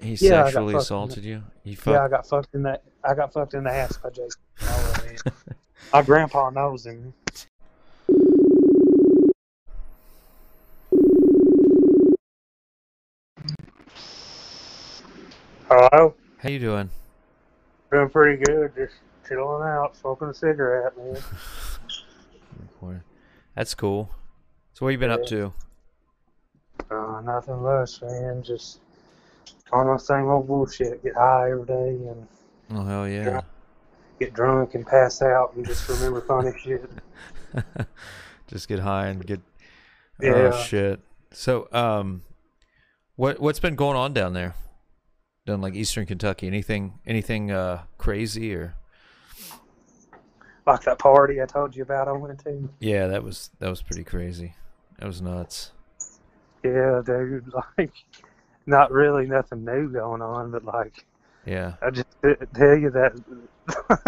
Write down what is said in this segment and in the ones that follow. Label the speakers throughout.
Speaker 1: He
Speaker 2: Yeah, I got
Speaker 1: sexually
Speaker 2: fucked.
Speaker 1: assaulted you. You
Speaker 2: Yeah, I
Speaker 1: fuck.
Speaker 2: got fucked in the I got fucked in the ass by Jason. Oh, man. My grandpa knows him. Hello,
Speaker 1: How you doing?
Speaker 2: doing pretty good. Just chilling out, smoking a cigarette, man.
Speaker 1: Recording. That's cool. So what you been up to?
Speaker 2: Uh, nothing much, man. Just on the same old bullshit. Get high every day and
Speaker 1: Oh hell yeah.
Speaker 2: get drunk and pass out and just remember funny shit.
Speaker 1: Just get high and get.
Speaker 2: Yeah.
Speaker 1: Oh shit. So um, what what's been going on down there? Down like Eastern Kentucky. Anything anything uh crazy or?
Speaker 2: Like that party I told you about I went to.
Speaker 1: Yeah, that was that was pretty crazy. That was nuts.
Speaker 2: Yeah, dude, like not really nothing new going on, but like
Speaker 1: Yeah.
Speaker 2: I just didn't tell you that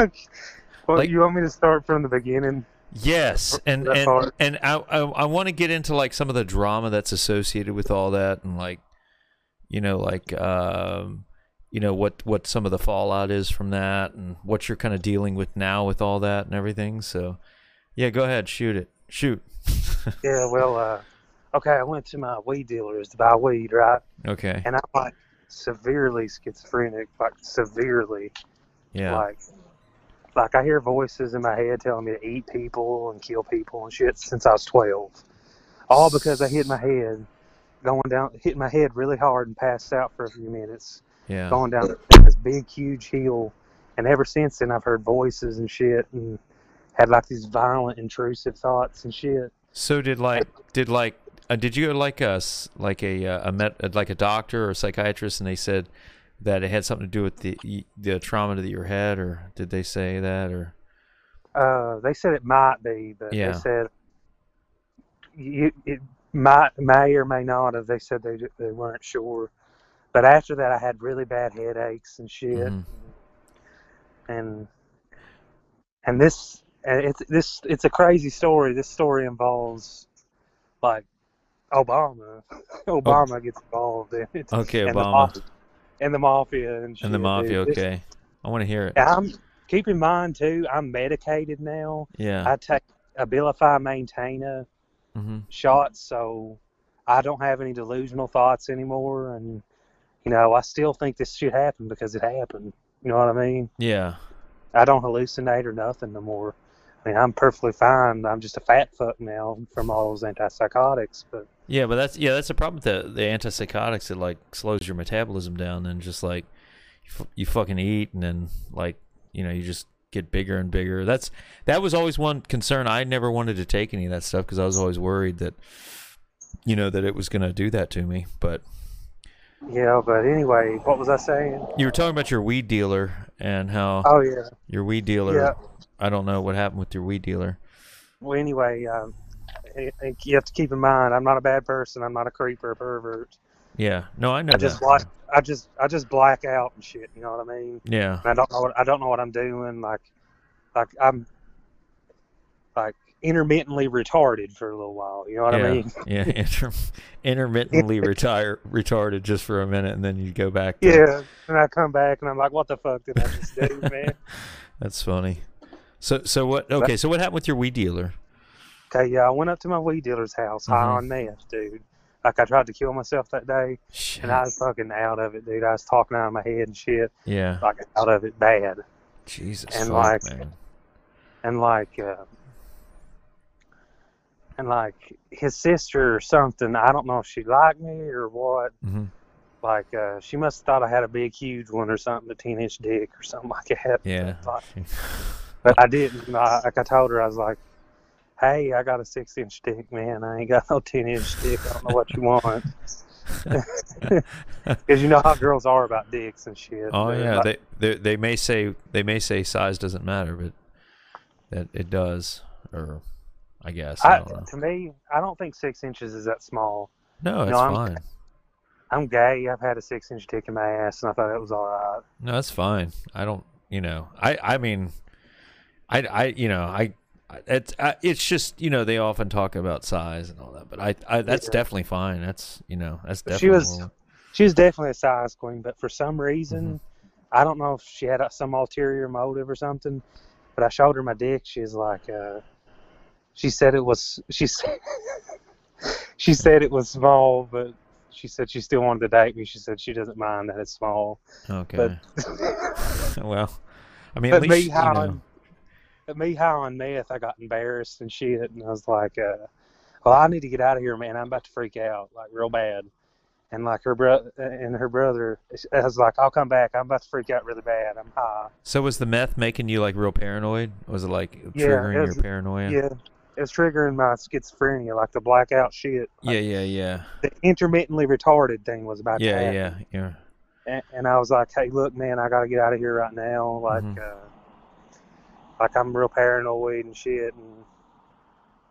Speaker 2: well
Speaker 1: Like-
Speaker 2: you want me to start from the beginning?
Speaker 1: Yes, and
Speaker 2: that
Speaker 1: and
Speaker 2: part.
Speaker 1: and I I, I want to get into like some of the drama that's associated with all that, and like, you know, like um, you know what what some of the fallout is from that, and what you're kind of dealing with now with all that and everything. So, yeah, go ahead, shoot it, shoot.
Speaker 2: Yeah, well uh okay, I went to my weed dealers to buy weed, right?
Speaker 1: okay.
Speaker 2: And I'm like severely schizophrenic, like severely.
Speaker 1: Yeah.
Speaker 2: Like like I hear voices in my head telling me to eat people and kill people and shit since I was twelve. All because I hit my head going down hit my head really hard and passed out for a few minutes.
Speaker 1: Yeah.
Speaker 2: Going down this big huge hill and ever since then I've heard voices and shit and had like these violent intrusive thoughts and shit.
Speaker 1: So did like did like uh, did you go to like a s- like a uh, a met uh, like a doctor or a psychiatrist, and they said that it had something to do with the y- the trauma to your head, or did they say that or?
Speaker 2: Uh, they said it might be, but
Speaker 1: Yeah.
Speaker 2: they said you, it might, may or may not have. They said they they weren't sure. But after that, I had really bad headaches and shit,
Speaker 1: Mhm. Mm-hmm.
Speaker 2: and and this and it's this it's a crazy story. This story involves like Obama. Obama gets involved in it.
Speaker 1: Oh. Okay,
Speaker 2: and The
Speaker 1: Obama
Speaker 2: mafia, and the mafia and shit.
Speaker 1: and the
Speaker 2: dude.
Speaker 1: mafia.
Speaker 2: It's-
Speaker 1: Okay, I want to hear it.
Speaker 2: I'm keep in mind too. I'm medicated now.
Speaker 1: Yeah.
Speaker 2: I take Abilify Maintainer
Speaker 1: hmm
Speaker 2: shots, so I don't have any delusional thoughts anymore. And, you know, I still think this shit happened because it happened. You know what I mean?
Speaker 1: Yeah.
Speaker 2: I don't hallucinate or nothing no more. I mean, I'm perfectly fine. I'm just a fat fuck now from all those antipsychotics. But,
Speaker 1: Yeah, but that's yeah, that's the problem with the the antipsychotics. It like slows your metabolism down, and just like you, f- you fucking eat, and then like you know you just get bigger and bigger. That's that was always one concern. I never wanted to take any of that stuff because I was always worried that you know that it was gonna do that to me. But
Speaker 2: yeah, but anyway, what was I saying?
Speaker 1: you were talking about your weed dealer and how
Speaker 2: Oh, yeah.
Speaker 1: your weed dealer.
Speaker 2: Yeah.
Speaker 1: I don't know what happened with your weed dealer.
Speaker 2: Well, anyway, um, I- I- you have to keep in mind, I'm not a bad person. I'm not a creeper, a pervert.
Speaker 1: Yeah. No, I know.
Speaker 2: I just
Speaker 1: that.
Speaker 2: black, I just, I just black out and shit. You know what I mean?
Speaker 1: Yeah.
Speaker 2: and I don't know what I don't know what I'm doing. Like, like I'm like intermittently retarded for a little while. You know what
Speaker 1: yeah,
Speaker 2: I mean?
Speaker 1: yeah, inter- intermittently retire retarded just for a minute, and then you go back. to-
Speaker 2: Yeah. And I come back and I'm like, what the fuck did I just do, man?
Speaker 1: that's funny. So, so what? Okay, so what happened with your weed dealer?
Speaker 2: Okay, yeah, I went up to my weed dealer's house high
Speaker 1: Mhm.
Speaker 2: on meth, dude. Like I tried to kill myself that day,
Speaker 1: Shit.
Speaker 2: and I was fucking out of it, dude. I was talking out of my head and shit,
Speaker 1: yeah,
Speaker 2: like out of it bad.
Speaker 1: Jesus,
Speaker 2: and
Speaker 1: fuck,
Speaker 2: like-
Speaker 1: man.
Speaker 2: and like uh, and like his sister or something i don't know if she liked me or what
Speaker 1: Mhm.
Speaker 2: like uh, she must have thought i had a big huge one or something a 10 inch dick or something like that
Speaker 1: Yeah,
Speaker 2: but, like,
Speaker 1: She-
Speaker 2: but i didn't I, like i told her i was like hey i got a six inch dick man i ain't got no 10 inch dick i don't know what you want because you know how girls are about dicks and shit
Speaker 1: oh
Speaker 2: They're
Speaker 1: yeah,
Speaker 2: like-
Speaker 1: they, they they may say they may say size doesn't matter, but that it does, or I guess I,
Speaker 2: I,
Speaker 1: don't know.
Speaker 2: to me i don't think six inches is that small
Speaker 1: No, it's
Speaker 2: I'm-
Speaker 1: fine.
Speaker 2: i'm gay i've had a six inch dick in my ass and i thought that was all right
Speaker 1: No, that's fine. I don't, you know, I, I mean, I, I, you know, I, I- it's, I, it's just, you know, they often talk about size and all that, but I, I that's
Speaker 2: Yeah.
Speaker 1: definitely fine. That's, you know, that's
Speaker 2: But
Speaker 1: definitely.
Speaker 2: she was-
Speaker 1: normal.
Speaker 2: She was definitely a size queen, but for some reason, I don't know if she had uh, some ulterior motive or something. But I showed her my dick. She's like, uh, she said it was. She said she said it was small, but she said she still wanted to date me. She said she doesn't mind that it's small.
Speaker 1: Okay. well, I mean, at
Speaker 2: but
Speaker 1: least
Speaker 2: me
Speaker 1: you
Speaker 2: howling,
Speaker 1: know.
Speaker 2: but me howling meth, I got embarrassed and shit, and I was like, uh, "Well, I need to get out of here, man. I'm about to freak out, like real bad." And like her brother and her brother, I was like, "I'll come back. I'm about to freak out really bad. I'm high."
Speaker 1: So was the meth making you like real paranoid? Was it like
Speaker 2: Yeah,
Speaker 1: triggering
Speaker 2: it
Speaker 1: your
Speaker 2: was-
Speaker 1: paranoia?
Speaker 2: Yeah, it's triggering my schizophrenia, like the blackout shit.
Speaker 1: yeah, yeah, yeah,
Speaker 2: The intermittently retarded thing was about to
Speaker 1: yeah,
Speaker 2: happen.
Speaker 1: yeah, yeah.
Speaker 2: and, and I was like, "Hey, look, man, I gotta get out of here right now. Like,
Speaker 1: Mhm.
Speaker 2: uh, like I'm real paranoid and shit, and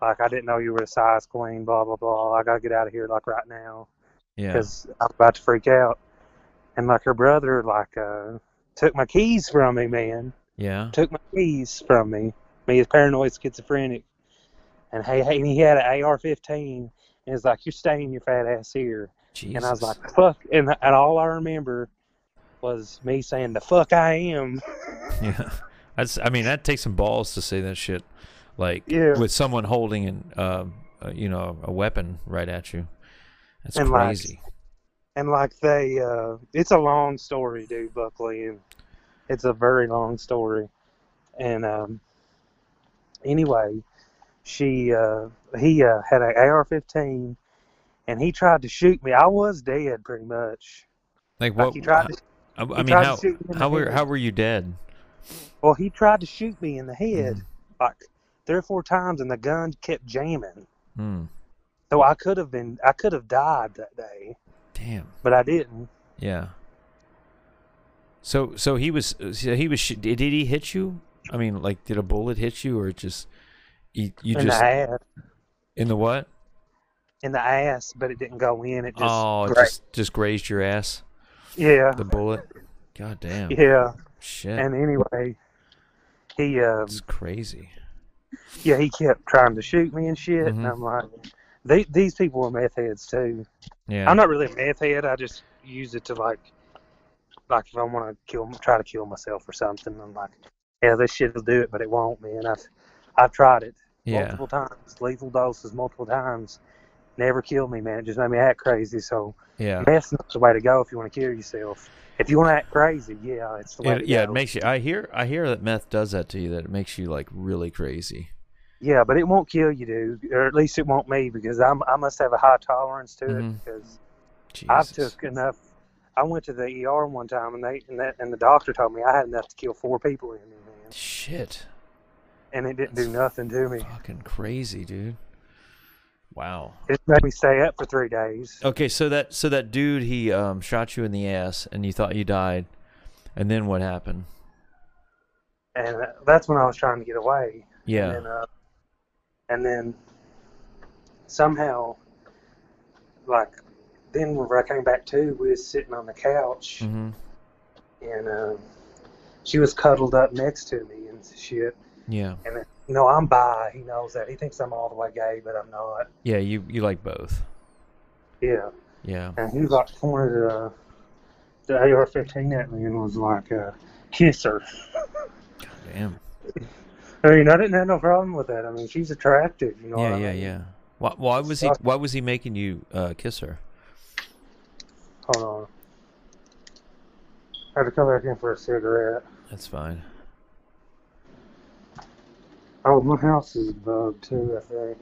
Speaker 2: like I didn't know you were a size queen, blah blah blah. I gotta get out of here like right now
Speaker 1: yeah.
Speaker 2: because I'm about to freak out." And like her brother, like uh, took my keys from me, man.
Speaker 1: Yeah.
Speaker 2: Took my keys from me. Me is paranoid schizophrenic, and hey, hey, and he had an AR-15, and it's like, "You're staying your fat ass here."
Speaker 1: Jesus.
Speaker 2: And I was like, fuck. And, and all I remember was me saying, the fuck I am.
Speaker 1: yeah. That's. I mean, that takes some balls to say that shit, like
Speaker 2: Yeah.
Speaker 1: with someone holding an, uh, uh, you know, a weapon right at you. That's
Speaker 2: And, like,
Speaker 1: crazy.
Speaker 2: And like they, uh, it's a long story, dude, Buckley. And it's a very long story. And um, anyway, she, uh, he uh, had an AR 15 and he tried to shoot me. I was dead pretty much.
Speaker 1: Like,
Speaker 2: Like
Speaker 1: what?
Speaker 2: he tried to,
Speaker 1: I, I
Speaker 2: he
Speaker 1: mean,
Speaker 2: tried to
Speaker 1: how
Speaker 2: shoot me in the
Speaker 1: how were
Speaker 2: head.
Speaker 1: how were you dead?
Speaker 2: well, he tried to shoot me in the head
Speaker 1: Mm-hmm.
Speaker 2: like three or four times and the gun kept jamming.
Speaker 1: Hmm.
Speaker 2: So I could have been, I could have died that day,
Speaker 1: Damn.
Speaker 2: but I didn't.
Speaker 1: Yeah. So so he was so he was sh- did did he hit you? I mean, like did a bullet hit you or it just you, you
Speaker 2: in
Speaker 1: just
Speaker 2: the ass,
Speaker 1: in the what?
Speaker 2: in the ass, but it didn't go in. It just,
Speaker 1: oh, it
Speaker 2: gra-
Speaker 1: just just grazed your ass.
Speaker 2: yeah,
Speaker 1: The bullet. God damn.
Speaker 2: yeah.
Speaker 1: Shit.
Speaker 2: And um, anyway, he, um,
Speaker 1: That's crazy.
Speaker 2: yeah, he kept trying to shoot me and shit, and
Speaker 1: Mhm.
Speaker 2: I'm like, they, these people were meth heads too.
Speaker 1: Yeah.
Speaker 2: I'm not really a meth head. I just use it to like, like if I want to kill, try to kill myself or something. I'm like, yeah, this shit will do it, but it won't, man. I've, I've tried it
Speaker 1: yeah.
Speaker 2: multiple times, lethal doses multiple times. Never killed me, man. It just made me act crazy. So
Speaker 1: Yeah.
Speaker 2: Meth's not the way to go if you want to kill yourself. If you want to act crazy, yeah, it's the way
Speaker 1: It,
Speaker 2: to
Speaker 1: yeah,
Speaker 2: go.
Speaker 1: it makes you I hear I hear that meth does that to you that it makes you like really crazy.
Speaker 2: yeah, but it won't kill you, dude, or at least it won't me because I'm I must have a high tolerance to it
Speaker 1: Mhm.
Speaker 2: because
Speaker 1: Jesus.
Speaker 2: I've took enough. I went to the ER one time and they and, that, and the doctor told me I had enough to kill four people in me, man,
Speaker 1: Shit.
Speaker 2: and it didn't do nothing to me.
Speaker 1: Fucking crazy, dude. Wow.
Speaker 2: It made me stay up for three days.
Speaker 1: Okay, so that so that dude he um, shot you in the ass and you thought you died, and then what happened?
Speaker 2: and uh, that's when I was trying to get away.
Speaker 1: Yeah.
Speaker 2: And then, uh, and then somehow, like, then when I came back to, we was sitting on the couch,
Speaker 1: hmm
Speaker 2: and uh, she was cuddled up next to me and shit.
Speaker 1: Yeah.
Speaker 2: And then, you know, I'm bi. He knows that. He thinks I'm all the way gay, but I'm not.
Speaker 1: Yeah. You you like both.
Speaker 2: Yeah.
Speaker 1: Yeah.
Speaker 2: And he like pointed uh, the AR-15 at me and was like, uh, "Kiss her."
Speaker 1: Damn.
Speaker 2: I mean, I didn't have no problem with that. I mean, she's attractive. You know.
Speaker 1: Yeah.
Speaker 2: what I
Speaker 1: Yeah.
Speaker 2: mean?
Speaker 1: Yeah. Why, why was he Why was he making you uh, kiss her?
Speaker 2: Hold on. I had to come back in for a cigarette.
Speaker 1: That's fine.
Speaker 2: Oh, my house is bugged too, I think.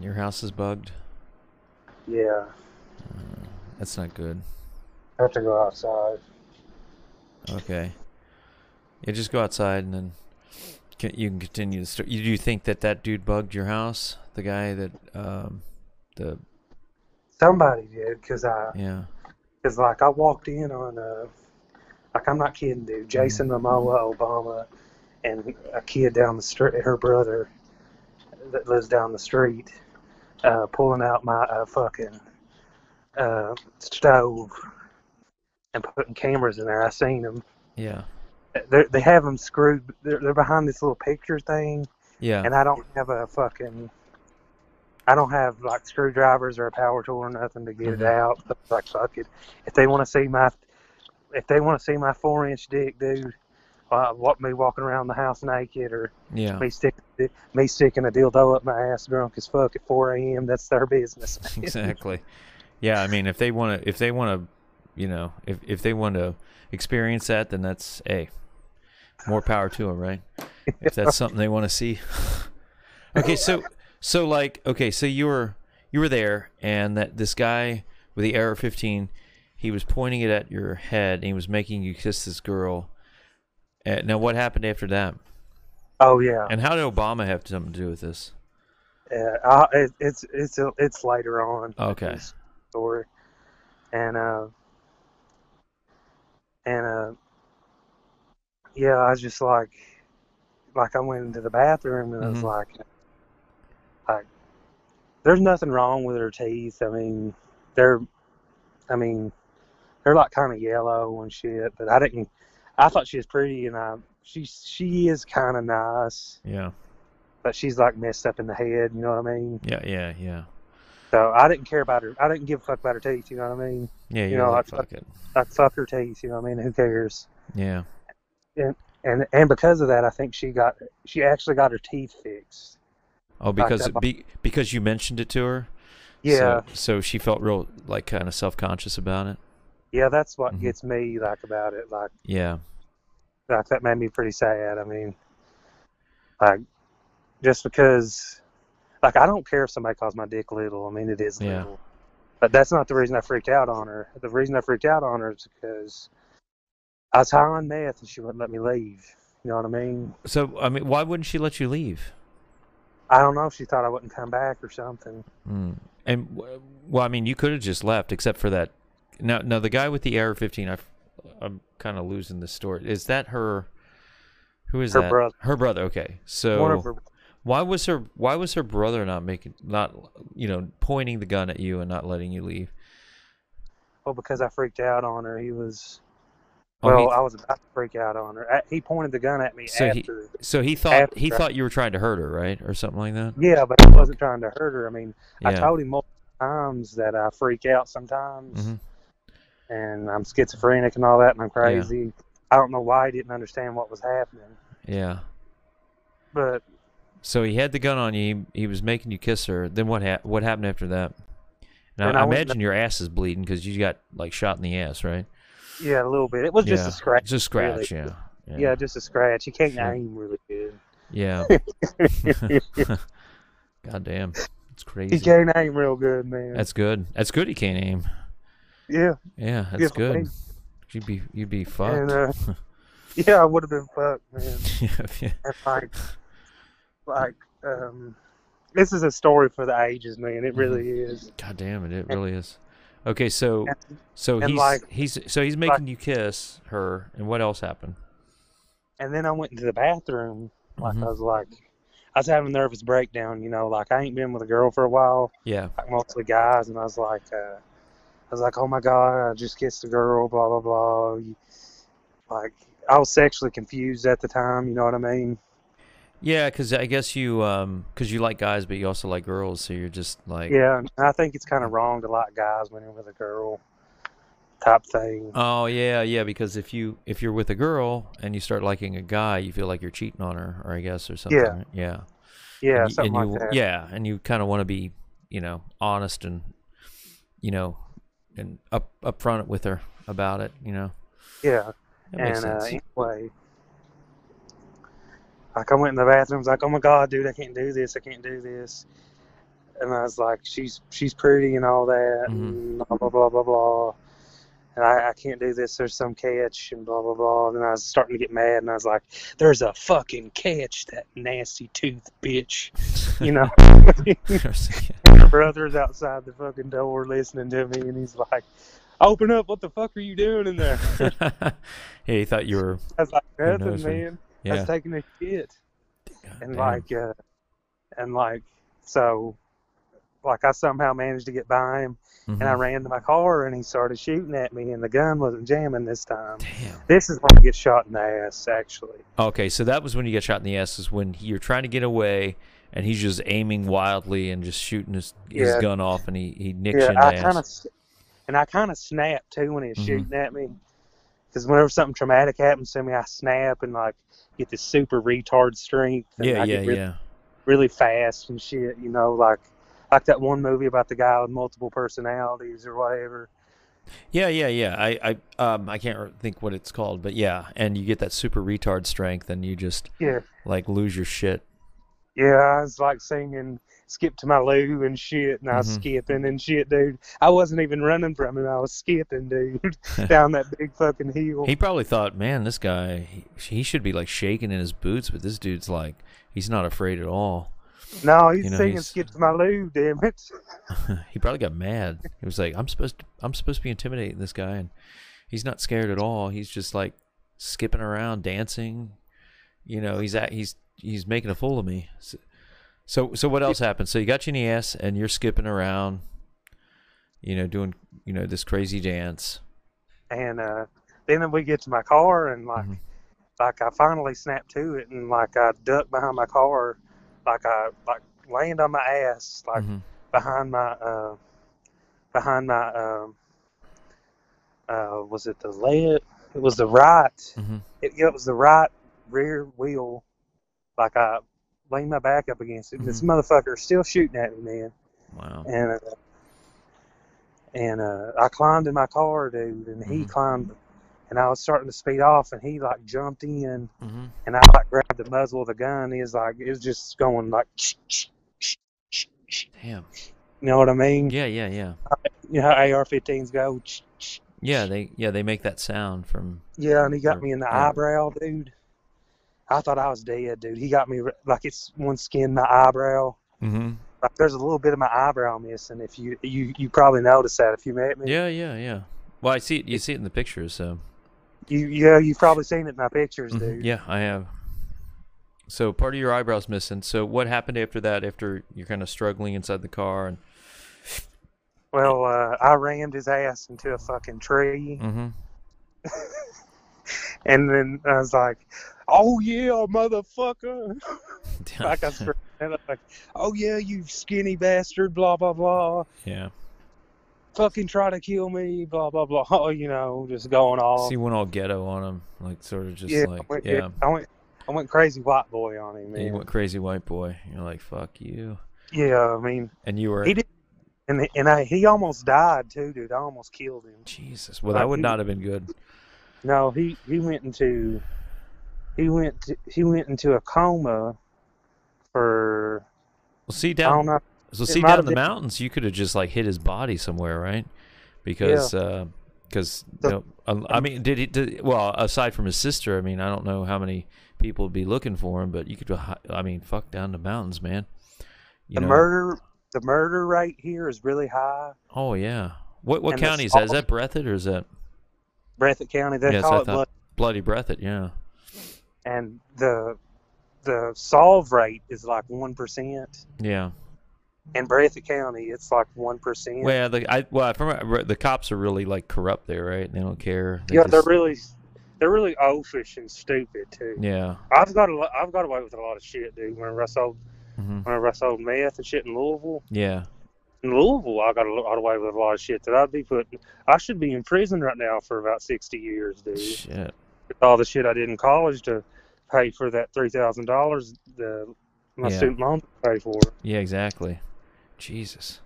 Speaker 1: Your house is bugged.
Speaker 2: Yeah,
Speaker 1: That's not good.
Speaker 2: I have to go outside.
Speaker 1: Okay. Yeah. Just go outside and then can, you can continue the story. You, do you think that that dude bugged your house? The guy that um the
Speaker 2: Somebody did, because I,
Speaker 1: yeah
Speaker 2: cause like I walked in on, uh, like I'm not kidding, dude, Jason Momoa Obama and a kid down the street, her brother that lives down the street, uh, pulling out my uh, fucking uh, stove and putting cameras in there. I seen them.
Speaker 1: yeah
Speaker 2: they're, they have them screwed. They're, they're behind this little picture thing,
Speaker 1: yeah
Speaker 2: and I don't have a fucking I don't have like screwdrivers or a power tool or nothing to get it
Speaker 1: Mm-hmm.
Speaker 2: out. So it's like fuck it. If they want to see my, if they want to see my four inch dick, dude, uh, what me walking around the house naked or
Speaker 1: Yeah.
Speaker 2: me sticking me sticking a dildo up my ass drunk as fuck at 4 a.m. That's their business.
Speaker 1: exactly. Yeah, I mean, if they want to, if they want to, you know, if if they want to experience that, then that's a more power to them, right? If that's something they want to see. okay, so so like okay, so you were you were there, and that this guy with the Arrow 15, he was pointing it at your head, and he was making you kiss this girl. Uh, now, what happened after that?
Speaker 2: oh yeah,
Speaker 1: And how did Obama have something to do with this?
Speaker 2: yeah. I, it, it's it's it's later on.
Speaker 1: Okay.
Speaker 2: Story, and uh, and uh, yeah, I was just like, like I went into the bathroom and I was
Speaker 1: Mhm.
Speaker 2: like, like, there's nothing wrong with her teeth. I mean, they're, I mean, they're like kind of yellow and shit. But I didn't. I thought she was pretty, and I she she is kind of nice,
Speaker 1: Yeah.
Speaker 2: but she's like messed up in the head. You know what I mean?
Speaker 1: Yeah. Yeah. Yeah.
Speaker 2: So I didn't care about her. I didn't give a fuck about her teeth. You know what I mean?
Speaker 1: Yeah.
Speaker 2: You
Speaker 1: You
Speaker 2: know,
Speaker 1: know,
Speaker 2: I-
Speaker 1: fuck it.
Speaker 2: Like fuck her teeth. You know what I mean? Who cares?
Speaker 1: Yeah.
Speaker 2: And and because of that, I think she got she actually got her teeth fixed.
Speaker 1: Oh,
Speaker 2: Back
Speaker 1: because
Speaker 2: up.
Speaker 1: be, because you mentioned it to her.
Speaker 2: Yeah,
Speaker 1: So, so she felt real like kind of self conscious about it.
Speaker 2: yeah, that's what
Speaker 1: Mhm.
Speaker 2: gets me like about it. Like
Speaker 1: Yeah.
Speaker 2: like that made me pretty sad. I mean, like just because like I don't care if somebody calls my dick little. I mean, it is
Speaker 1: Yeah.
Speaker 2: little. But that's not the reason I freaked out on her. The reason I freaked out on her is because I was high on meth and she wouldn't let me leave. You know what I mean?
Speaker 1: So I mean, why wouldn't she let you leave?
Speaker 2: I don't know if she thought I wouldn't come back or something.
Speaker 1: Mm. And w- well, I mean, you could have just left, except for that. Now, now the guy with the Air 15. I, am kind of losing the story. Is that her? Who is
Speaker 2: Her
Speaker 1: that?
Speaker 2: brother.
Speaker 1: Her brother. Okay. So
Speaker 2: One of her,
Speaker 1: why was her why was her brother not making not you know pointing the gun at you and not letting you leave?
Speaker 2: well, because I freaked out on her, he was.
Speaker 1: Oh, he-
Speaker 2: Well, I was about to freak out on her. I, he pointed the gun at me
Speaker 1: So he-
Speaker 2: after.
Speaker 1: so he thought he
Speaker 2: after-
Speaker 1: thought you were trying to hurt her, right, or something like that.
Speaker 2: yeah, but I wasn't trying to hurt her. I mean, I
Speaker 1: Yeah.
Speaker 2: told him multiple times that I freak out sometimes,
Speaker 1: Mhm.
Speaker 2: and I'm schizophrenic and all that, and I'm crazy. I don't know why he didn't understand what was happening,
Speaker 1: Yeah.
Speaker 2: but
Speaker 1: So he had the gun on you. He, he was making you kiss her. Then what? hap what happened after that? Now
Speaker 2: Then
Speaker 1: I,
Speaker 2: I went-
Speaker 1: imagine your ass is bleeding because you got like shot in the ass, right?
Speaker 2: yeah, a little bit. It was just
Speaker 1: yeah.
Speaker 2: a scratch.
Speaker 1: Just a scratch.
Speaker 2: really.
Speaker 1: Yeah.
Speaker 2: Yeah. just a scratch. He can't
Speaker 1: Sure.
Speaker 2: aim really good.
Speaker 1: Yeah. God damn, it's
Speaker 2: He
Speaker 1: crazy.
Speaker 2: can't aim real good, man.
Speaker 1: That's good. That's good. He can't aim.
Speaker 2: yeah.
Speaker 1: Yeah, that's
Speaker 2: Yeah,
Speaker 1: good.
Speaker 2: right.
Speaker 1: You'd be you'd be
Speaker 2: And,
Speaker 1: fucked.
Speaker 2: uh, yeah, I would have been fucked, man.
Speaker 1: Yeah, yeah.
Speaker 2: And like, like, um, this is a story for the ages, man. It really
Speaker 1: Mm-hmm.
Speaker 2: is.
Speaker 1: God damn it! It really is. Okay, so so
Speaker 2: and
Speaker 1: he's
Speaker 2: like-
Speaker 1: he's so he's making you kiss her, and what else happened?
Speaker 2: And then I went into the bathroom. Like uh,
Speaker 1: Mhm.
Speaker 2: I was like, I was having a nervous breakdown. You know, like I ain't been with a girl for a while.
Speaker 1: Yeah.
Speaker 2: Like mostly guys, and I was like, uh, I was like, oh my god, I just kissed a girl. Blah blah blah. You- Like I was sexually confused at the time. You know what I mean?
Speaker 1: Yeah, because I guess you, um, because you like guys, but you also like girls, so you're just like,
Speaker 2: Yeah, and I think it's kind of wrong to like guys when you're with a girl, type thing.
Speaker 1: oh yeah, yeah. Because if you if you're with a girl and you start liking a guy, you feel like you're cheating on her, or I guess, or something.
Speaker 2: Yeah.
Speaker 1: right? yeah,
Speaker 2: Yeah,
Speaker 1: And you-
Speaker 2: something
Speaker 1: and
Speaker 2: like
Speaker 1: you-
Speaker 2: that.
Speaker 1: Yeah, and you kind of want to be, you know, honest and, you know, and up upfront with her about it. You know,
Speaker 2: yeah.
Speaker 1: that makes
Speaker 2: And uh,
Speaker 1: sense.
Speaker 2: anyway, like I went in the bathroom, I was like, "Oh my god, dude, I can't do this, I can't do this," and I was like, "She's she's pretty and all
Speaker 1: Mm-hmm.
Speaker 2: that, and blah blah blah blah blah," and I, I can't do this. There's some catch and blah blah blah. Then I was starting to get mad, and I was like, "There's a fucking catch, that nasty tooth bitch," you know. My brother's outside the fucking door listening to me, and he's like, "Open up! What the fuck are you doing in there?"
Speaker 1: yeah, he thought you were.
Speaker 2: I was like,
Speaker 1: knows
Speaker 2: "Nothing,
Speaker 1: when-
Speaker 2: man." I
Speaker 1: Yeah.
Speaker 2: was taking a shit.
Speaker 1: God
Speaker 2: and
Speaker 1: damn.
Speaker 2: like uh, and like so like I somehow managed to get by him and I
Speaker 1: Mhm.
Speaker 2: ran to my car and he started shooting at me and the gun wasn't jamming this time.
Speaker 1: Damn.
Speaker 2: This is when I get shot in the ass actually.
Speaker 1: Okay, so that was when you got shot in the ass. Is when he- you're trying to get away, and he's just aiming wildly and just shooting his, his
Speaker 2: Yeah.
Speaker 1: gun off, and he he nicks you
Speaker 2: Yeah,
Speaker 1: in
Speaker 2: I
Speaker 1: the
Speaker 2: kind
Speaker 1: ass.
Speaker 2: of, and I kind of snap too when he's
Speaker 1: Mhm.
Speaker 2: shooting at me, because whenever something traumatic happens to me, I snap and like get this super retard strength. And
Speaker 1: yeah, yeah,
Speaker 2: I get really,
Speaker 1: yeah.
Speaker 2: really fast and shit. You know, like like that one movie about the guy with multiple personalities or whatever.
Speaker 1: Yeah, yeah, yeah. I, I, um, I can't re- think what it's called, but yeah. And you get that super retard strength, and you just
Speaker 2: Yeah,
Speaker 1: like lose your shit.
Speaker 2: yeah. I was like singing "Skip to My Lou" and shit, and I was
Speaker 1: Mhm.
Speaker 2: skipping and shit, dude. I wasn't even running from him. I was skipping, dude, down that big fucking hill.
Speaker 1: He probably thought, man, this guy, he, he should be like shaking in his boots, but this dude's like, he's not afraid at all.
Speaker 2: no, he's
Speaker 1: you know,
Speaker 2: singing
Speaker 1: he's-
Speaker 2: "Skip to My Lou," damn it.
Speaker 1: he probably got mad. He was like, I'm supposed to, I'm supposed to be intimidating this guy, and he's not scared at all. He's just like skipping around, dancing. You know, he's at, he's he's making a fool of me. So, so, so what else happened? So you got you in the ass, and you're skipping around. You know, doing you know this crazy dance.
Speaker 2: and uh, then we get to my car and like
Speaker 1: Mhm.
Speaker 2: like I finally snapped to it and like I ducked behind my car, like I like land on my ass like
Speaker 1: Mhm.
Speaker 2: behind my uh, behind my um, uh, was it the left? It was the right.
Speaker 1: Mhm.
Speaker 2: It, yeah, it was the right rear wheel. Like I leaned my back up against it. and This motherfucker's still shooting at me, man
Speaker 1: Wow.
Speaker 2: and uh, and uh, I climbed in my car, dude, and he
Speaker 1: Mhm.
Speaker 2: climbed, and I was starting to speed off, and he like jumped in,
Speaker 1: hmm
Speaker 2: and I like grabbed the muzzle of the gun. He was like, it was just going like, you
Speaker 1: Damn.
Speaker 2: know what I mean?
Speaker 1: Yeah, yeah, yeah,
Speaker 2: You know how AR-15s go?
Speaker 1: yeah. They yeah they make that sound from.
Speaker 2: Yeah, and he got me in the
Speaker 1: Yeah.
Speaker 2: eyebrow, dude. I thought I was dead, dude. He got me re- like it's one skin my eyebrow.
Speaker 1: hmm
Speaker 2: Like there's a little bit of my eyebrow missing. If you you you probably noticed that if you met me.
Speaker 1: Yeah, yeah, yeah. Well, I see it. You see it in the pictures, so.
Speaker 2: You yeah, you've probably seen it in my pictures,
Speaker 1: Mhm.
Speaker 2: dude.
Speaker 1: Yeah, I have. So part of your eyebrows missing. So what happened after that? After you're kind of struggling inside the car and
Speaker 2: Well, uh, I rammed his ass into a fucking tree,
Speaker 1: mm-hmm.
Speaker 2: and then I was like, "Oh yeah, motherfucker!" like I screamed, at him, like, "Oh yeah, you skinny bastard!" Blah blah blah.
Speaker 1: yeah.
Speaker 2: Fucking try to kill me! Blah blah blah. You know, just going off.
Speaker 1: See, you went all ghetto on him, like sort of just
Speaker 2: Um, yeah, I
Speaker 1: like
Speaker 2: went,
Speaker 1: yeah.
Speaker 2: I went, I went crazy white boy on him,
Speaker 1: And you
Speaker 2: man.
Speaker 1: went crazy white boy. You're like fuck you,
Speaker 2: Yeah, I mean,
Speaker 1: and you were
Speaker 2: He did- and and I, he almost died too, dude. I almost killed him.
Speaker 1: Jesus. Well,
Speaker 2: Like,
Speaker 1: that would
Speaker 2: he
Speaker 1: not have been good.
Speaker 2: No, he he went into he went to, he went into a coma for
Speaker 1: Well, see
Speaker 2: I don't
Speaker 1: down.
Speaker 2: know.
Speaker 1: So
Speaker 2: it
Speaker 1: see
Speaker 2: might
Speaker 1: down
Speaker 2: have
Speaker 1: the
Speaker 2: been-
Speaker 1: mountains, you could have just like hit his body somewhere, right? Because. uh 'cause
Speaker 2: The-
Speaker 1: no, un- I mean, did he? Did, well, aside from his sister, I mean, I don't know how many people would be looking for him, but you could. uh, hi- I mean, fuck down the mountains, man. You
Speaker 2: the
Speaker 1: know-
Speaker 2: murder the murder rate here is really high.
Speaker 1: Oh yeah. What what
Speaker 2: and the
Speaker 1: county is that? Is
Speaker 2: salt-
Speaker 1: that Breathitt or is that
Speaker 2: Breathitt County, they
Speaker 1: Yes, I
Speaker 2: call it
Speaker 1: thought- Bloody
Speaker 2: blood,
Speaker 1: Breathitt? Yeah.
Speaker 2: and the the solve rate is like one percent.
Speaker 1: Yeah.
Speaker 2: In Breathitt County, it's like one percent.
Speaker 1: Well, the I well from what I re- the cops are really like corrupt there, right? They don't care. They
Speaker 2: yeah, they're
Speaker 1: just-
Speaker 2: really they're really oafish and stupid too.
Speaker 1: yeah.
Speaker 2: I've got a lo- I've got away with a lot of shit, dude. Whenever I sold
Speaker 1: hmm
Speaker 2: whenever I sold meth and shit in Louisville.
Speaker 1: Yeah.
Speaker 2: in Louisville, I got a lot away with a lot of shit that I'd be putting. I should be in prison right now for about sixty years, dude.
Speaker 1: Shit.
Speaker 2: With all the shit I did in college to pay for that three thousand dollars the my
Speaker 1: Yeah.
Speaker 2: student loan paid for.
Speaker 1: Yeah, exactly. Jesus.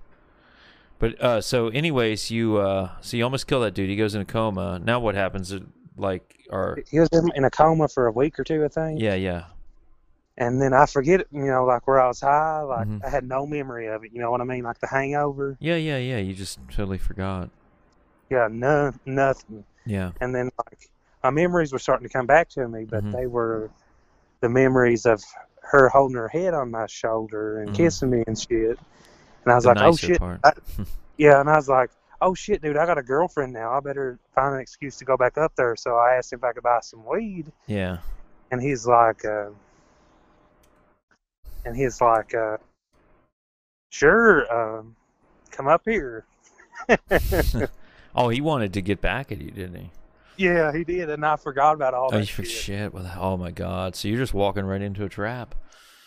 Speaker 1: But uh so anyways, you uh so you almost kill that dude. He goes in a coma. Now what happens It, like or
Speaker 2: He was in, in a coma for a week or two, I think.
Speaker 1: yeah, yeah.
Speaker 2: And then I forget, you know, like where I was high, like
Speaker 1: Mhm.
Speaker 2: I had no memory of it. You know what I mean? Like the hangover.
Speaker 1: Yeah, yeah, yeah. You just totally forgot.
Speaker 2: Yeah, no, nothing.
Speaker 1: Yeah.
Speaker 2: And then like my memories were starting to come back to me, but
Speaker 1: Mhm.
Speaker 2: they were the memories of her holding her head on my shoulder and
Speaker 1: Mhm.
Speaker 2: kissing me and shit. And I was
Speaker 1: the
Speaker 2: like, oh
Speaker 1: nicer
Speaker 2: shit,
Speaker 1: part.
Speaker 2: I- yeah. And I was like, oh shit, dude, I got a girlfriend now. I better find an excuse to go back up there. So I asked him if I could buy some weed,
Speaker 1: yeah.
Speaker 2: and he's like, uh, and he's like, uh, sure, um, come up here.
Speaker 1: Oh, he wanted to get back at you, didn't he?
Speaker 2: Yeah, he did, and I forgot about all
Speaker 1: oh,
Speaker 2: that
Speaker 1: you for
Speaker 2: shit.
Speaker 1: shit. Well, oh my God. So you're just walking right into a trap.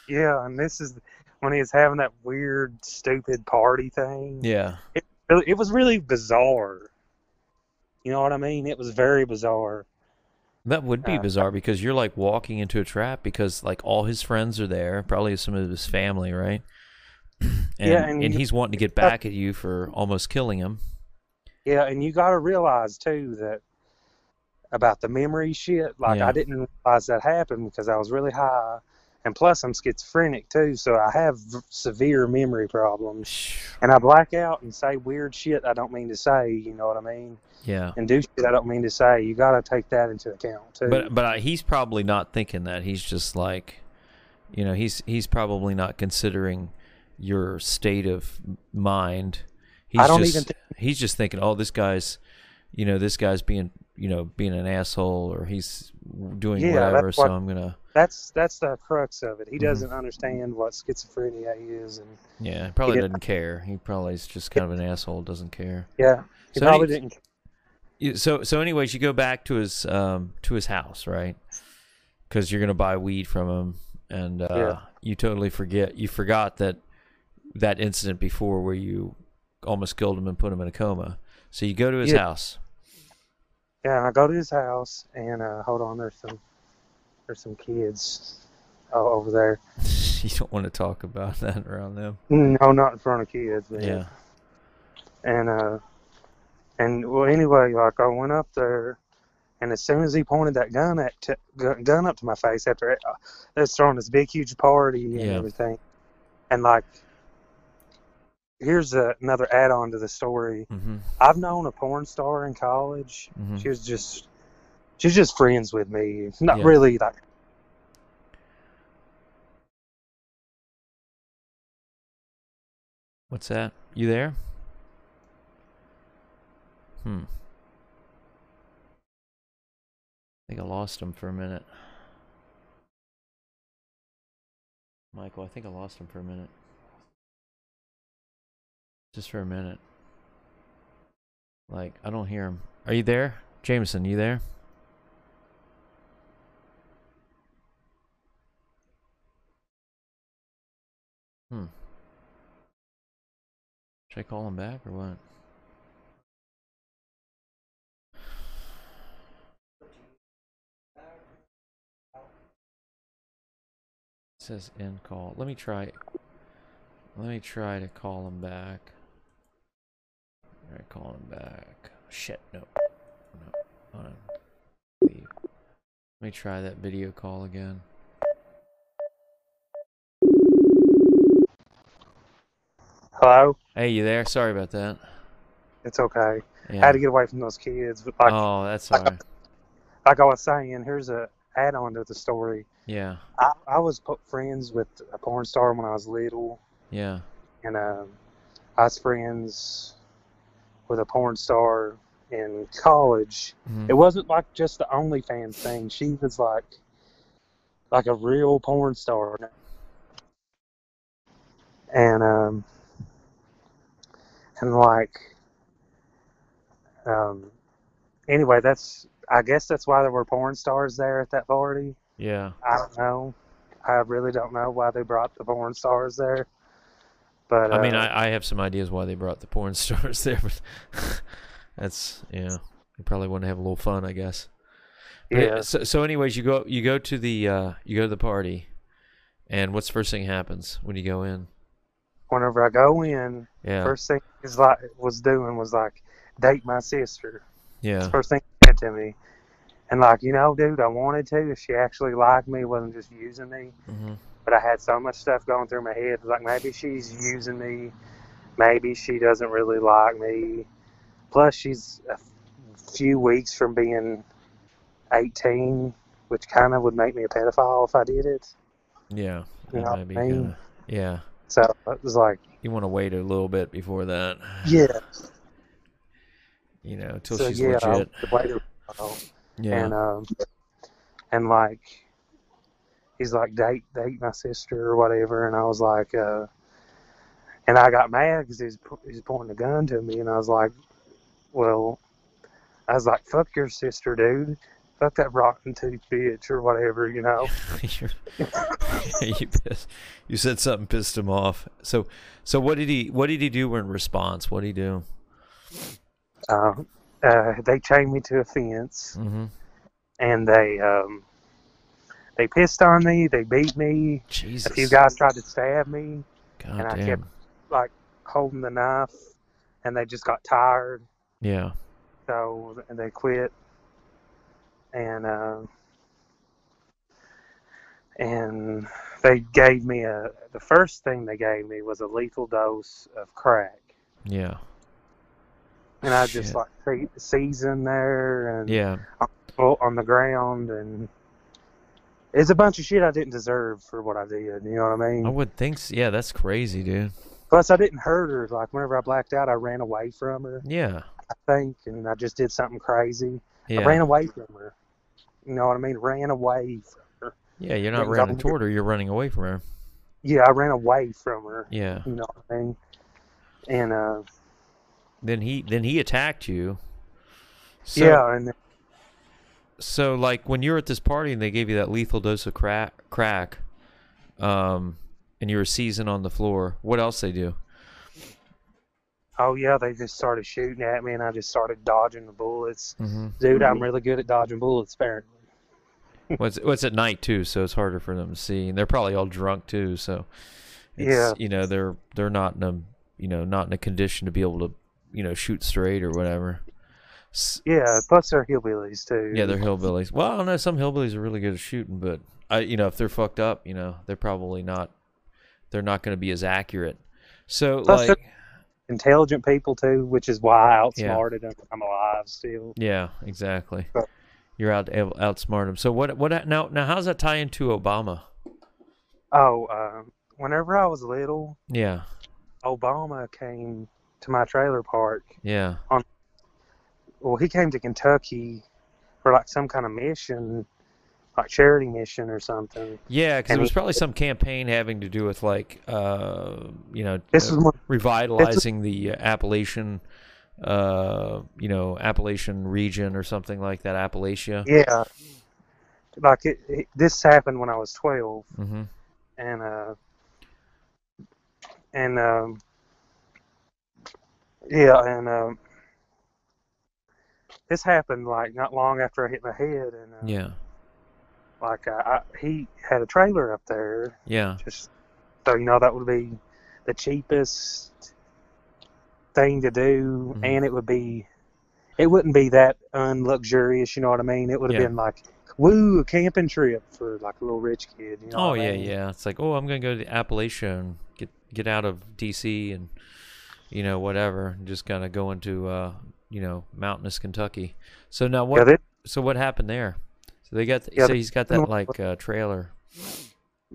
Speaker 2: Yeah, and this is when he was having that weird, stupid party thing.
Speaker 1: Yeah.
Speaker 2: It it was really bizarre. You know what I mean? It was very bizarre.
Speaker 1: That would be
Speaker 2: Uh,
Speaker 1: bizarre because you're like walking into a trap because like all his friends are there, probably some of his family, right? And,
Speaker 2: Yeah,
Speaker 1: and,
Speaker 2: and you-
Speaker 1: he's wanting to get back at you for almost killing him.
Speaker 2: Yeah, and you got to realize too that about the memory shit. Like
Speaker 1: Yeah.
Speaker 2: I didn't realize that happened because I was really high, and plus I'm schizophrenic too, so I have v- severe memory problems. And I black out and say weird shit I don't mean to say. You know what I mean?
Speaker 1: Yeah,
Speaker 2: And do shit I don't mean to say. You got to take that into account too.
Speaker 1: but but uh, he's probably not thinking that. He's just like, you know, he's he's probably not considering your state of mind. He's
Speaker 2: I don't
Speaker 1: just,
Speaker 2: even think-
Speaker 1: he's just thinking, oh, this guy's, you know, this guy's being, you know, being an asshole, or he's doing
Speaker 2: Yeah, that's
Speaker 1: whatever. So
Speaker 2: what-
Speaker 1: I'm gonna,
Speaker 2: that's that's the crux of it. He
Speaker 1: Mhm.
Speaker 2: doesn't understand what schizophrenia is, and
Speaker 1: Yeah, he probably
Speaker 2: didn't-
Speaker 1: doesn't care. He probably is just kind of an asshole. Doesn't care.
Speaker 2: yeah, he
Speaker 1: So
Speaker 2: probably
Speaker 1: he-
Speaker 2: didn't.
Speaker 1: You- So so, anyways, you go back to his um to his house, right? Because you're gonna buy weed from him, and uh,
Speaker 2: Yeah.
Speaker 1: you totally forget. You forgot that that incident before where you almost killed him and put him in a coma. So you go to his
Speaker 2: Yeah.
Speaker 1: house.
Speaker 2: Yeah, and I go to his house, and uh, hold on, there's some there's some kids uh, over there.
Speaker 1: you don't want to talk about that around them.
Speaker 2: No, not in front of kids. Man.
Speaker 1: Yeah.
Speaker 2: And uh, and well, anyway, like I went up there, and as soon as he pointed that gun at t- gun gun up to my face after it, uh, they was throwing this big huge party and
Speaker 1: Yeah.
Speaker 2: everything, and like. Here's a, another add-on to the story.
Speaker 1: hmm
Speaker 2: I've known a porn star in college
Speaker 1: hmm
Speaker 2: she was just she was just friends with me not
Speaker 1: Yeah.
Speaker 2: really like
Speaker 1: What's that? You there? Hmm. I think I lost him for a minute. Michael, I think I lost him for a minute. Just for a minute. Like, I don't hear him. Are you there? Jameson, you there? Hmm. Should I call him back or what? It says end call. Let me try. Let me try to call him back. All right, call him back. Shit, no, no. Hold on. Leave. Let me try that video call again.
Speaker 2: hello
Speaker 1: Hey, you there? Sorry about that.
Speaker 2: it's okay i
Speaker 1: Yeah.
Speaker 2: had to get away from those kids but like
Speaker 1: oh, that's
Speaker 2: like
Speaker 1: all
Speaker 2: a-
Speaker 1: right.
Speaker 2: like i was saying here's a add-on to the story
Speaker 1: Yeah,
Speaker 2: i, I was po- friends with a porn star when i was little
Speaker 1: yeah.
Speaker 2: and um, i was friends with a porn star in college
Speaker 1: Mhm.
Speaker 2: it wasn't like just the OnlyFans thing she was like like a real porn star and um and like um anyway that's i guess that's why there were porn stars there at that party
Speaker 1: Yeah.
Speaker 2: i don't know i really don't know why they brought the porn stars there but
Speaker 1: I mean,
Speaker 2: uh,
Speaker 1: I, I have some ideas why they brought the porn stars there, but that's yeah. They probably want to have a little fun, I guess. But
Speaker 2: yeah
Speaker 1: So, so anyways, you go you go to the uh, you go to the party, and what's the first thing happens when you go in?
Speaker 2: whenever i go in
Speaker 1: Yeah.
Speaker 2: first thing is like was doing was like date my sister It's
Speaker 1: yeah.
Speaker 2: the first thing she said to me and like you know dude i wanted to if she actually liked me wasn't just using me
Speaker 1: hmm
Speaker 2: but I had so much stuff going through my head. Like maybe she's using me, maybe she doesn't really like me. Plus, she's a few weeks from being 18, which kind of would make me a pedophile if I did it.
Speaker 1: Yeah.
Speaker 2: You
Speaker 1: That
Speaker 2: know
Speaker 1: might be
Speaker 2: what I mean?
Speaker 1: kinda- yeah.
Speaker 2: So it was like,
Speaker 1: You want to wait a little bit before that.
Speaker 2: yeah.
Speaker 1: You know, till
Speaker 2: So
Speaker 1: she's
Speaker 2: yeah, I
Speaker 1: legit.
Speaker 2: the way to oh,
Speaker 1: Yeah.
Speaker 2: and um, and like he's like date date my sister or whatever, and I was like, uh, and I got mad because he's he's pointing a gun to me, and I was like, well, I was like, fuck your sister, dude. fuck that rotten tooth bitch or whatever, you know.
Speaker 1: You're- you pissed. You said something pissed him off. So, so what did he? What did he do in response? What did he do?
Speaker 2: Um, uh, they chained me to a fence
Speaker 1: Mm-hmm.
Speaker 2: and they um, they pissed on me. They beat me.
Speaker 1: Jesus,
Speaker 2: A few guys tried to stab me.
Speaker 1: God
Speaker 2: and I
Speaker 1: damn.
Speaker 2: kept- holding the knife and they just got tired
Speaker 1: yeah,
Speaker 2: so and they quit and uh, and they gave me a the first thing they gave me was a lethal dose of crack
Speaker 1: yeah,
Speaker 2: and i just
Speaker 1: Shit.
Speaker 2: like se- seasoned there and
Speaker 1: yeah.
Speaker 2: fell on the ground and it's a bunch of shit i didn't deserve for what i did you know what i mean
Speaker 1: I would think. So. Yeah, that's crazy, dude.
Speaker 2: plus i didn't hurt her like whenever i blacked out i ran away from her
Speaker 1: Yeah,
Speaker 2: i think and i just did something crazy I
Speaker 1: yeah,
Speaker 2: ran away from her. You know what I mean? Ran away. From,
Speaker 1: yeah. You're not
Speaker 2: Yeah,
Speaker 1: running
Speaker 2: I'm-
Speaker 1: toward her. You're running away from her.
Speaker 2: yeah, I ran away from her.
Speaker 1: Yeah.
Speaker 2: You know what I mean? And uh,
Speaker 1: Then he then he attacked you. So,
Speaker 2: yeah, and
Speaker 1: So like when you were at this party and they gave you that lethal dose of crack, crack, um, and you were seasoned on the floor. What else they do?
Speaker 2: oh yeah, they just started shooting at me, and I just started dodging the bullets.
Speaker 1: Mm-hmm.
Speaker 2: Dude, I'm really good at dodging bullets. Apparently,
Speaker 1: What's well, it's at night too, so it's harder for them to see, and they're probably all drunk too. So, it's,
Speaker 2: Yeah.
Speaker 1: you know they're they're not in a you know not in a condition to be able to you know shoot straight or whatever. S-
Speaker 2: yeah. Plus they're hillbillies too.
Speaker 1: Yeah, they're hillbillies. Well, I don't know. Some hillbillies are really good at shooting, but I, you know, if they're fucked up, you know, they're probably not. They're not going to be as accurate. So,
Speaker 2: Plus,
Speaker 1: like,
Speaker 2: intelligent people too, which is why I
Speaker 1: Yeah.
Speaker 2: outsmarted them. I'm alive still.
Speaker 1: yeah, exactly.
Speaker 2: But-
Speaker 1: You're out able- outsmart them. So what? What now? Now, how's that tie into Obama?
Speaker 2: Oh, um, whenever I was little,
Speaker 1: Yeah,
Speaker 2: Obama came to my trailer park
Speaker 1: yeah,
Speaker 2: well, he came to Kentucky for like some kind of mission, like charity mission or something.
Speaker 1: yeah. Because
Speaker 2: And
Speaker 1: there was
Speaker 2: he-
Speaker 1: probably some campaign having to do with like, uh, you know,
Speaker 2: This
Speaker 1: uh,
Speaker 2: is one,
Speaker 1: revitalizing the Appalachian, uh, you know, Appalachian region or something like that. Appalachia.
Speaker 2: yeah. Like it, it, this happened when I was twelve,
Speaker 1: Mm-hmm.
Speaker 2: and uh, and um, yeah, and um, this happened like not long after I hit my head, and uh,
Speaker 1: Yeah.
Speaker 2: like I, I, he had a trailer up there,
Speaker 1: Yeah.
Speaker 2: just so you know that would be the cheapest thing to do
Speaker 1: Mhm.
Speaker 2: and it would be it wouldn't be that unluxurious you know what i mean it would have
Speaker 1: Yeah.
Speaker 2: been like woo a camping trip for like a little rich kid you know
Speaker 1: Oh
Speaker 2: what I
Speaker 1: yeah,
Speaker 2: mean?
Speaker 1: yeah. It's like, oh, I'm gonna go to Appalachia and get get out of DC and you know whatever, and just kind of go into uh, you know mountainous Kentucky. So now
Speaker 2: yeah
Speaker 1: what?
Speaker 2: this,
Speaker 1: so what happened there? So they got.
Speaker 2: Yeah,
Speaker 1: so
Speaker 2: the-
Speaker 1: he's got that like uh, trailer.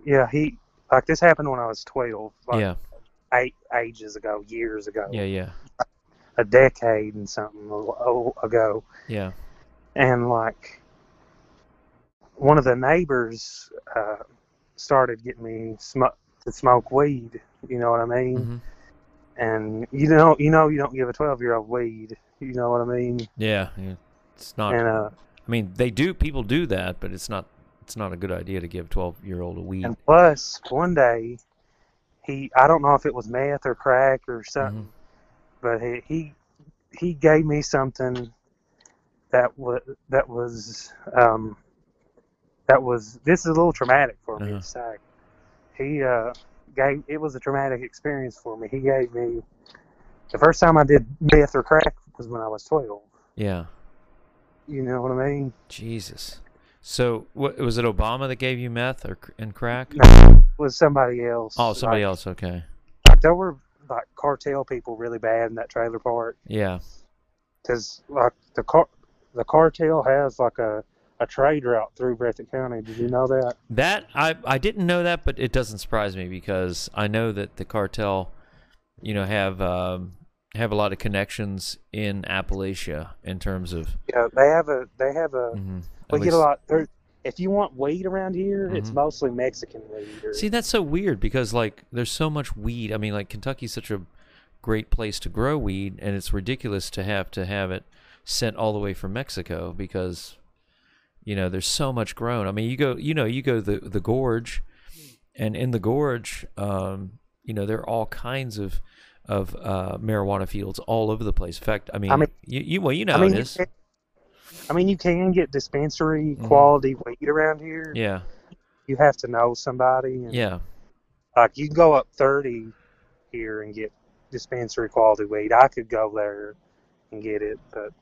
Speaker 2: yeah he like this happened when i was 12 like
Speaker 1: yeah,
Speaker 2: eight ages ago years ago
Speaker 1: yeah, yeah,
Speaker 2: a decade and something a- a- ago
Speaker 1: yeah.
Speaker 2: and like one of the neighbors uh, started getting me sm- to smoke weed. You know what I mean?
Speaker 1: hmm
Speaker 2: And you know, you know, you don't give a twelve-year-old weed. You know what I mean?
Speaker 1: Yeah, yeah. It's not.
Speaker 2: And uh,
Speaker 1: I mean, they do. People do that, but it's not. It's not a good idea to give twelve year old a weed.
Speaker 2: and plus, one day he, I don't know if it was meth or crack or
Speaker 1: Mm-hmm.
Speaker 2: something, but he he, he gave me something that was that was um, that was this is a little traumatic for me
Speaker 1: Uh-huh.
Speaker 2: to say. He uh, gave it was a traumatic experience for me. He gave me the first time I did meth or crack was when I was twelve.
Speaker 1: Yeah.
Speaker 2: You know what I mean?
Speaker 1: Jesus. So what was it? Obama that gave you meth or cr- and crack?
Speaker 2: It was somebody else.
Speaker 1: Oh, somebody
Speaker 2: Like-
Speaker 1: else. Okay.
Speaker 2: like, there were like cartel people really bad in that trailer park.
Speaker 1: Yeah.
Speaker 2: because like the car the cartel has like a a trade route through Breathitt County. Did you know that?
Speaker 1: That I I didn't know that, but it doesn't surprise me because I know that the cartel, you know, have um, have a lot of connections in Appalachia in terms of.
Speaker 2: Yeah, they have a they have a
Speaker 1: mhm, at
Speaker 2: we get
Speaker 1: least-
Speaker 2: a lot. There, if you want weed around here, it's
Speaker 1: Mhm.
Speaker 2: mostly Mexican weed. Or,
Speaker 1: See, that's so weird because like there's so much weed. I mean, like Kentucky's such a great place to grow weed, and it's ridiculous to have to have it sent all the way from Mexico because, you know there's so much grown i mean you go you know you go the the gorge and in the gorge um you know there are all kinds of of uh marijuana fields all over the place in fact i mean,
Speaker 2: I mean-
Speaker 1: you, you well you know
Speaker 2: I mean,
Speaker 1: it
Speaker 2: you
Speaker 1: is Mm-hmm.
Speaker 2: can, I mean, you can get dispensary quality weed around here.
Speaker 1: yeah
Speaker 2: You have to know somebody. And,
Speaker 1: yeah
Speaker 2: Like you can go up thirty here and get dispensary quality weed. I could go there and get it, but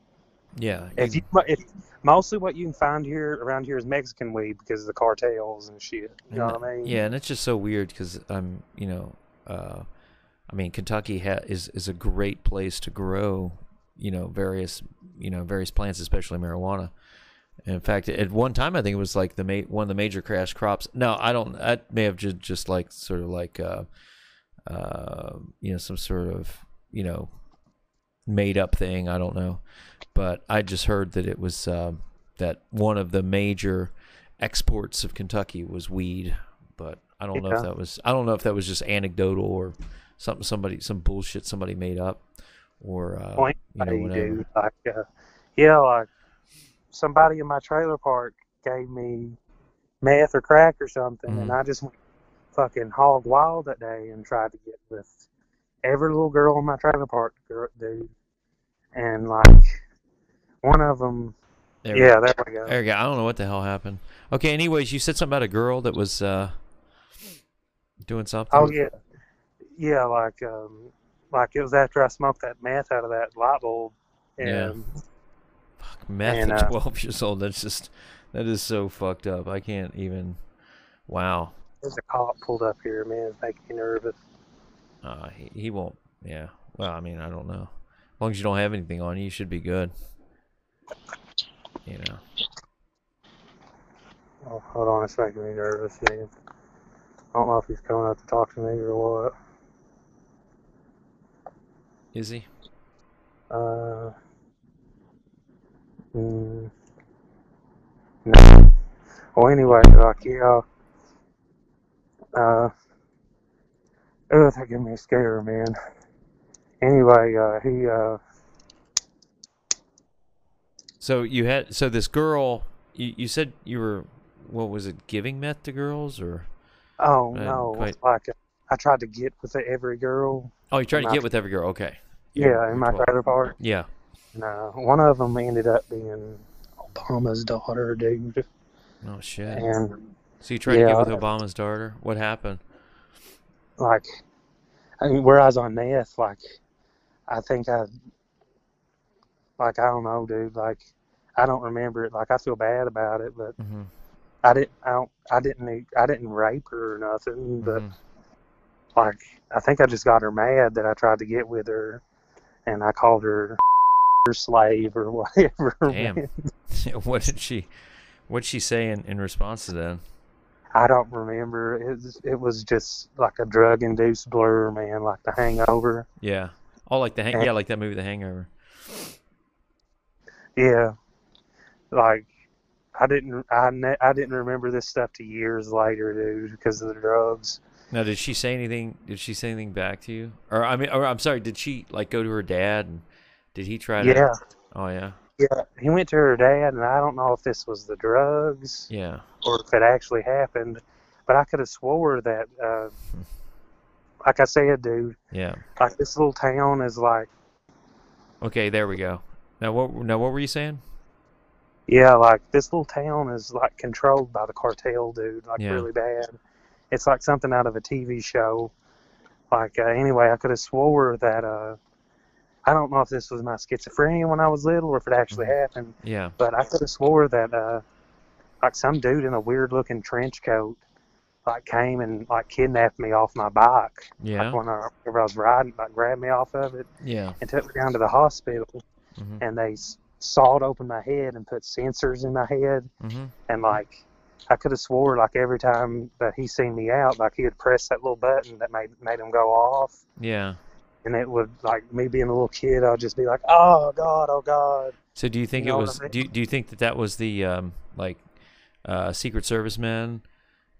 Speaker 1: yeah
Speaker 2: if you if mostly what you can find here around here is Mexican weed because of the cartels and shit. You know what I mean?
Speaker 1: Yeah, and it's just so weird because I'm, you know, uh, I mean, Kentucky ha- is is a great place to grow, you know, various, you know, various plants, especially marijuana. In fact, at one time, I think it was like the ma- one of the major crash crops. No, I don't. I may have just just like sort of like, uh, uh, you know, some sort of you know, made up thing. I don't know, but I just heard that it was um, that one of the major exports of Kentucky was weed. But I don't know
Speaker 2: Yeah.
Speaker 1: if that was I don't know if that was just anecdotal or something somebody some bullshit somebody made up or uh,
Speaker 2: Point
Speaker 1: you know
Speaker 2: They
Speaker 1: whatever.
Speaker 2: do. Like, uh, yeah, like somebody in my trailer park gave me meth or crack or something,
Speaker 1: Mm-hmm.
Speaker 2: and I just went fucking hog wild that day and tried to get with every little girl in my trailer park, gir- dude. And like one of them,
Speaker 1: There we
Speaker 2: yeah, there we go.
Speaker 1: There you go. I don't know what the hell happened. Okay, anyways, you said something about a girl that was uh, doing something.
Speaker 2: Oh yeah, yeah. Like, um, like it was after I smoked that meth out of that light bulb, and
Speaker 1: Yeah. Fuck, meth
Speaker 2: And,
Speaker 1: at
Speaker 2: uh,
Speaker 1: 12 years old. That's just, that is so fucked up. I can't even, wow.
Speaker 2: there's a cop pulled up here. Man, it's making me nervous.
Speaker 1: Uh, he, he won't, yeah. Well, I mean, I don't know. As long as you don't have anything on you, you should be good. You know.
Speaker 2: Oh, hold on, it's making me nervous, man. I don't know if he's coming up to talk to me or what.
Speaker 1: Is he?
Speaker 2: Uh, mm, no. Well, anyway, like, yeah. Uh, oh, that gave me a scare, man. Anyway, uh, he, uh,
Speaker 1: So you had, so this girl, you, you said you were, what was it, giving meth to girls or?
Speaker 2: oh
Speaker 1: Man,
Speaker 2: no,
Speaker 1: quite-
Speaker 2: it's like, I tried to get with every girl.
Speaker 1: Oh, you're trying to
Speaker 2: My-
Speaker 1: get with every girl. Okay.
Speaker 2: Yeah, in my
Speaker 1: 12.
Speaker 2: trailer park.
Speaker 1: Yeah.
Speaker 2: No, one of them ended up being Obama's daughter, dude.
Speaker 1: Oh, shit.
Speaker 2: And
Speaker 1: So you tried to get
Speaker 2: Yeah.
Speaker 1: with Obama's daughter? What happened?
Speaker 2: like I mean, where I was on meth, like I think I like I don't know, dude, like I don't remember it. Like I feel bad about it, but
Speaker 1: hmm
Speaker 2: I didn't I don't I didn't I didn't rape her or nothing,
Speaker 1: Mm-hmm.
Speaker 2: but like I think I just got her mad that I tried to get with her and I called her her slave or whatever.
Speaker 1: Damn. what did she? What she say in, in response to that?
Speaker 2: I don't remember. It was, it was just like a drug induced blur, man, like the hangover.
Speaker 1: Yeah. Oh, like the hang-
Speaker 2: Uh,
Speaker 1: yeah, like that movie, The Hangover.
Speaker 2: Yeah, like I didn't, I, ne- I didn't remember this stuff to years later, dude, because of the drugs.
Speaker 1: Now, did she say anything? Did she say anything back to you? Or I mean, or I'm sorry, did she like go to her dad and did he try to?
Speaker 2: Yeah,
Speaker 1: Oh yeah.
Speaker 2: yeah. He went to her dad, and I don't know if this was the drugs
Speaker 1: Yeah.
Speaker 2: or if it actually happened, but I could have swore that, uh, like I said, dude,
Speaker 1: Yeah.
Speaker 2: like this little town is like,
Speaker 1: Okay, there we go. Now what? Now what were you saying?
Speaker 2: yeah, like this little town is like controlled by the cartel, dude, like
Speaker 1: Yeah.
Speaker 2: really bad. It's like something out of a TV show. Like uh, anyway, I could have swore that uh, I don't know if this was my schizophrenia when I was little or if it actually happened,
Speaker 1: Yeah.
Speaker 2: but I could have swore that uh, like some dude in a weird looking trench coat like came and like kidnapped me off my bike. Like
Speaker 1: Yeah.
Speaker 2: when I, whenever I was riding, like grabbed me off of it
Speaker 1: Yeah.
Speaker 2: and took me down to the hospital,
Speaker 1: Mhm.
Speaker 2: and they s- sawed open my head and put sensors in my head,
Speaker 1: hmm
Speaker 2: and like I could have swore like every time that he seen me out, like he would press that little button that made made him go off,
Speaker 1: Yeah.
Speaker 2: and it would like me being a little kid, I'd just be like, oh god, oh god,
Speaker 1: So do you think
Speaker 2: You
Speaker 1: it
Speaker 2: know what I
Speaker 1: was?
Speaker 2: mean?
Speaker 1: Do you, do you think that that was the um like uh Secret Service men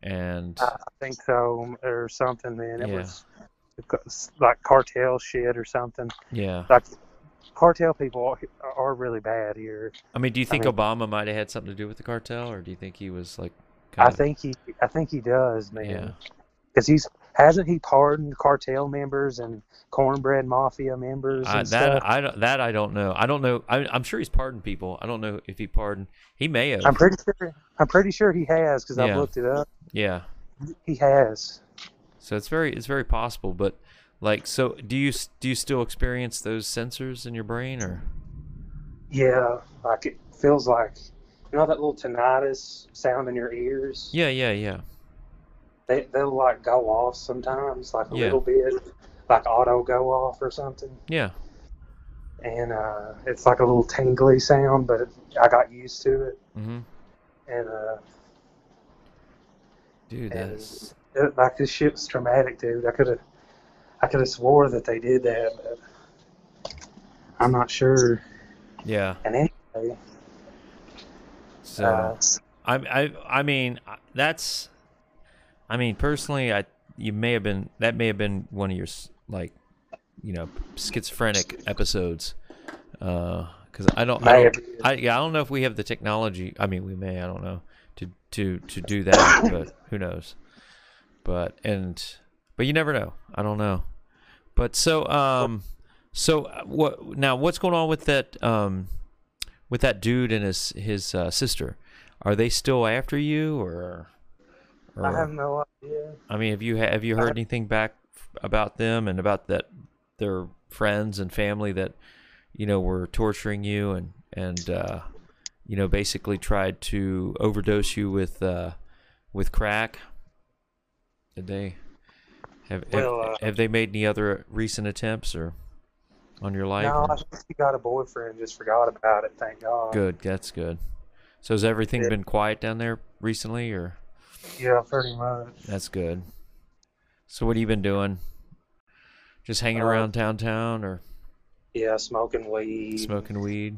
Speaker 1: and
Speaker 2: I, I think so or something. Man, it
Speaker 1: Yeah.
Speaker 2: was it was, like cartel shit or something.
Speaker 1: yeah
Speaker 2: Like cartel people are, are really bad here.
Speaker 1: I mean, do you think
Speaker 2: mean-
Speaker 1: Obama might have had something to do with the cartel, or do you think he was like?
Speaker 2: I
Speaker 1: kinda-
Speaker 2: think he, I think he does, man.
Speaker 1: Yeah.
Speaker 2: Because he's hasn't he pardoned cartel members and cornbread mafia members and
Speaker 1: I,
Speaker 2: stuff.
Speaker 1: that I don't that I don't know. I don't know. I, I'm sure he's pardoned people. I don't know if he pardoned. He may have.
Speaker 2: I'm pretty sure. I'm pretty sure he has because I've
Speaker 1: Yeah.
Speaker 2: looked it up.
Speaker 1: yeah.
Speaker 2: He has.
Speaker 1: So it's very it's very possible. But like, so do you s- do you still experience those sensors in your brain, or
Speaker 2: Yeah, like it feels like you know that little tinnitus sound in your ears.
Speaker 1: yeah, yeah, yeah.
Speaker 2: They they'll like go off sometimes, like a
Speaker 1: Yeah.
Speaker 2: little bit, like auto go off or something.
Speaker 1: Yeah.
Speaker 2: And uh, it's like a little tingly sound, but it, I got used to it.
Speaker 1: Mm-hmm.
Speaker 2: And uh,
Speaker 1: Dude,
Speaker 2: And-
Speaker 1: that's
Speaker 2: it, like this shit's traumatic, dude. I could have I could have swore that they did that, but I'm not sure.
Speaker 1: yeah.
Speaker 2: And anyway,
Speaker 1: So
Speaker 2: uh,
Speaker 1: I I I mean I- that's, I mean personally I you may have been that may have been one of your s- like, you know schizophrenic episodes, because I don't I
Speaker 2: May
Speaker 1: don't,
Speaker 2: have been.
Speaker 1: I yeah I don't know if we have the technology. I mean we may I don't know to to to do that, but who knows? But and but you never know. I don't know. But so um so uh, what now what's going on with that um with that dude and his his uh, sister? Are they still after you or or
Speaker 2: I have no idea.
Speaker 1: I mean have you have you
Speaker 2: Uh-huh.
Speaker 1: heard anything back f- about them and about that their friends and family that you know were torturing you and and uh you know basically tried to overdose you with uh with crack? Did they have have,
Speaker 2: Well, uh,
Speaker 1: have they made any other recent attempts or on your life?
Speaker 2: No,
Speaker 1: or-
Speaker 2: I think she got a boyfriend. Just forgot about it. Thank God.
Speaker 1: Good, that's good. So has everything
Speaker 2: Yeah.
Speaker 1: been quiet down there recently, or
Speaker 2: Yeah, pretty much.
Speaker 1: that's good? So what have you been doing? Just hanging
Speaker 2: Uh,
Speaker 1: around downtown or
Speaker 2: Yeah, smoking weed.
Speaker 1: smoking weed?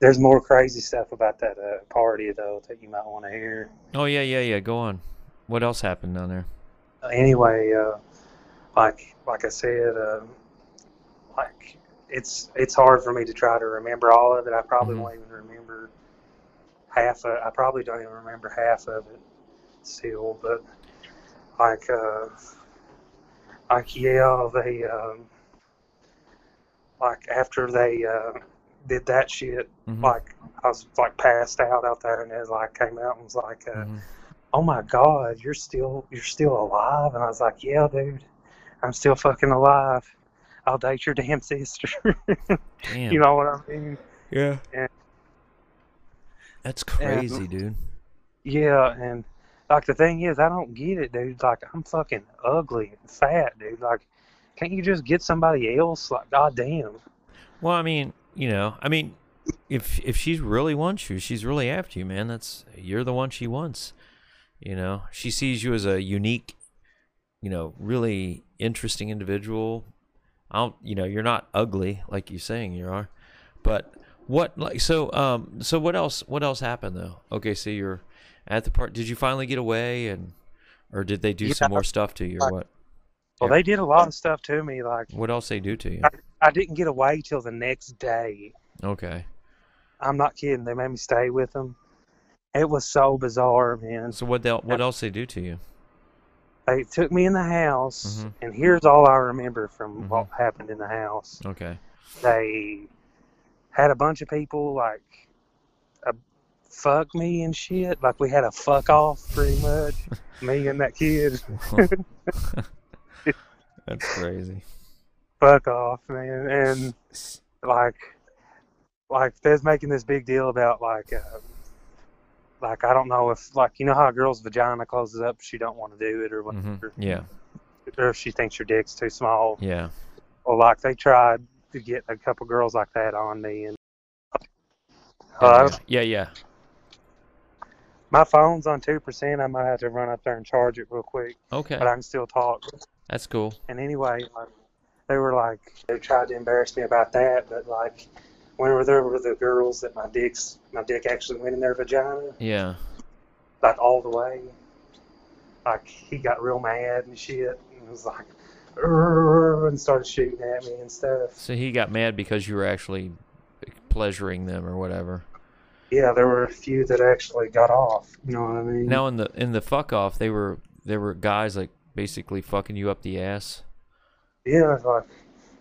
Speaker 2: There's more crazy stuff about that uh, party though that you might want to hear.
Speaker 1: Oh yeah, yeah, yeah. Go on. What else happened down there?
Speaker 2: anyway, uh, like like I said, uh, like it's it's hard for me to try to remember all of it. I probably
Speaker 1: Mhm.
Speaker 2: won't even remember half of. I probably don't even remember half of it still. But like uh, like yeah, they um, like after they uh, did that shit,
Speaker 1: Mhm,
Speaker 2: like I was like passed out out there, and it like came out and was like. Uh,
Speaker 1: mhm.
Speaker 2: oh my god you're still you're still alive and i was like yeah dude i'm still fucking alive i'll date your damn sister
Speaker 1: Damn.
Speaker 2: you know what i mean
Speaker 1: yeah.
Speaker 2: Yeah.
Speaker 1: That's crazy, dude.
Speaker 2: yeah and like the thing is i don't get it dude like i'm fucking ugly and fat dude like can't you just get somebody else like god damn
Speaker 1: Well, I mean, you know, I mean, if if she really wants you, she's really after you, man. That's you're the one she wants. You know, she sees you as a unique, you know, really interesting individual. I don't, you know, you're not ugly like you're saying you are, but what like so um so what else what else happened though? Okay, so you're at the park. Did you finally get away and or did they do
Speaker 2: Yeah.
Speaker 1: some more stuff to you or what?
Speaker 2: well
Speaker 1: Yeah.
Speaker 2: they did a lot of stuff to me like
Speaker 1: What else they do to you?
Speaker 2: i didn't get away till the next day
Speaker 1: Okay,
Speaker 2: i'm not kidding they made me stay with them it was so bizarre man
Speaker 1: so what they, what else they do to you?
Speaker 2: They took me in the house,
Speaker 1: Mhm.
Speaker 2: and here's all I remember from
Speaker 1: Mhm.
Speaker 2: what happened in the house.
Speaker 1: Okay.
Speaker 2: They had a bunch of people like uh, fuck me and shit. Like we had a fuck off pretty much. me and that kid,
Speaker 1: That's crazy.
Speaker 2: fuck off, man. And like, like there's making this big deal about like, uh, like I don't know if like you know how a girl's vagina closes up, she don't want to do it or
Speaker 1: Mhm.
Speaker 2: whatever,
Speaker 1: Yeah,
Speaker 2: or if she thinks your dick's too small.
Speaker 1: yeah.
Speaker 2: Well, like they tried to get a couple girls like that on me, and
Speaker 1: Yeah,
Speaker 2: Hello?
Speaker 1: yeah, yeah.
Speaker 2: my phone's on two percent. I might have to run up there and charge it real quick,
Speaker 1: Okay,
Speaker 2: but I can still talk.
Speaker 1: that's cool.
Speaker 2: And anyway, like, they were like they tried to embarrass me about that, but like whenever there were the girls that my dicks my dick actually went in their vagina,
Speaker 1: Yeah,
Speaker 2: like all the way, like he got real mad and shit, and was like, "Rrrr," and started shooting at me and stuff.
Speaker 1: So he got mad because you were actually pleasuring them or whatever.
Speaker 2: Yeah, there were a few that actually got off. You know what I mean?
Speaker 1: Now in the in the fuck off, they were there were guys like basically fucking you up the ass.
Speaker 2: Yeah, it's like,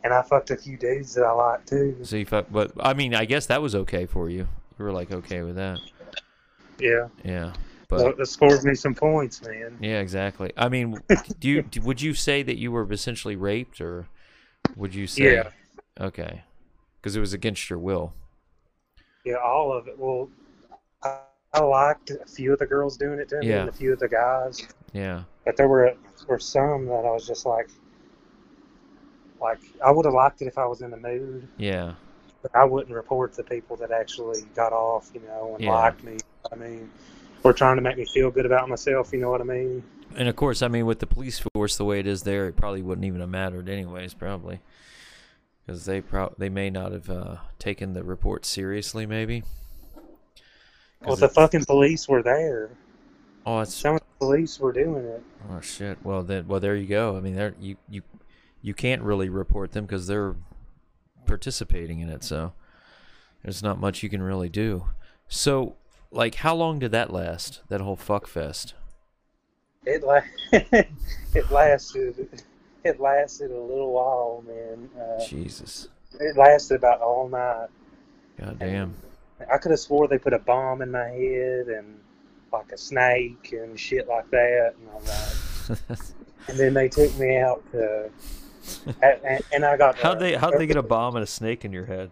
Speaker 2: and I fucked a few dudes that I liked too.
Speaker 1: So you fuck, but I mean, I guess that was okay for you. You were like okay with that.
Speaker 2: Yeah,
Speaker 1: Yeah,
Speaker 2: that,
Speaker 1: but
Speaker 2: that scored me some points, man.
Speaker 1: yeah, exactly. I mean, do you do- would you say that you were essentially raped, or would you say
Speaker 2: Yeah.
Speaker 1: okay, because it was against your will?
Speaker 2: Yeah, all of it. Well, I, I liked a few of the girls doing it to me
Speaker 1: Yeah.
Speaker 2: and a few of the guys,
Speaker 1: Yeah,
Speaker 2: but there were were some that I was just like, like I would have liked it if I was in the mood,
Speaker 1: yeah,
Speaker 2: but I wouldn't report the people that actually got off, you know, and
Speaker 1: Yeah.
Speaker 2: liked me. I mean, or trying to make me feel good about myself. You know what I mean?
Speaker 1: and of course, I mean, with the police force the way it is there, it probably wouldn't even have mattered anyways, probably, because they pro- they may not have uh, taken the report seriously, maybe. 'Cause
Speaker 2: Well, the
Speaker 1: it-
Speaker 2: fucking police were there.
Speaker 1: oh, it's
Speaker 2: Some of the police were doing it.
Speaker 1: Oh shit. Well then, well there you go. I mean, there you you you can't really report them because they're participating in it. So there's not much you can really do. So like, how long did that last? That whole fuck fest.
Speaker 2: It la- it lasted it lasted a little while, man. Uh,
Speaker 1: Jesus.
Speaker 2: it lasted about all night.
Speaker 1: God damn.
Speaker 2: I could have swore they put a bomb in my head and like a snake and shit like that, and all that. And then they took me out to, and, and I got
Speaker 1: how'd they how'd they get a bomb and a snake in your head?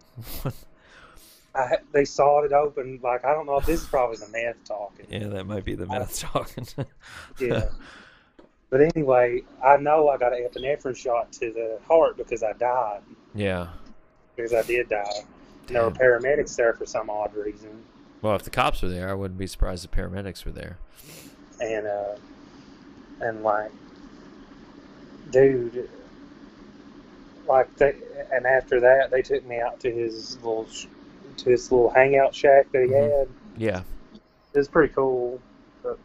Speaker 2: I, they sawed it open. Like I don't know if this is probably the meth talking.
Speaker 1: yeah, that might be the mouth talking.
Speaker 2: Yeah. But anyway, I know I got an epinephrine shot to the heart because I died.
Speaker 1: yeah.
Speaker 2: Because I did die. And there were
Speaker 1: Damn.
Speaker 2: paramedics there for some odd reason.
Speaker 1: Well, if the cops were there, I wouldn't be surprised if paramedics were there.
Speaker 2: And uh and like dude like they and after that they took me out to his little sh- to his little hangout shack that he
Speaker 1: Mhm.
Speaker 2: had.
Speaker 1: Yeah.
Speaker 2: It was pretty cool. But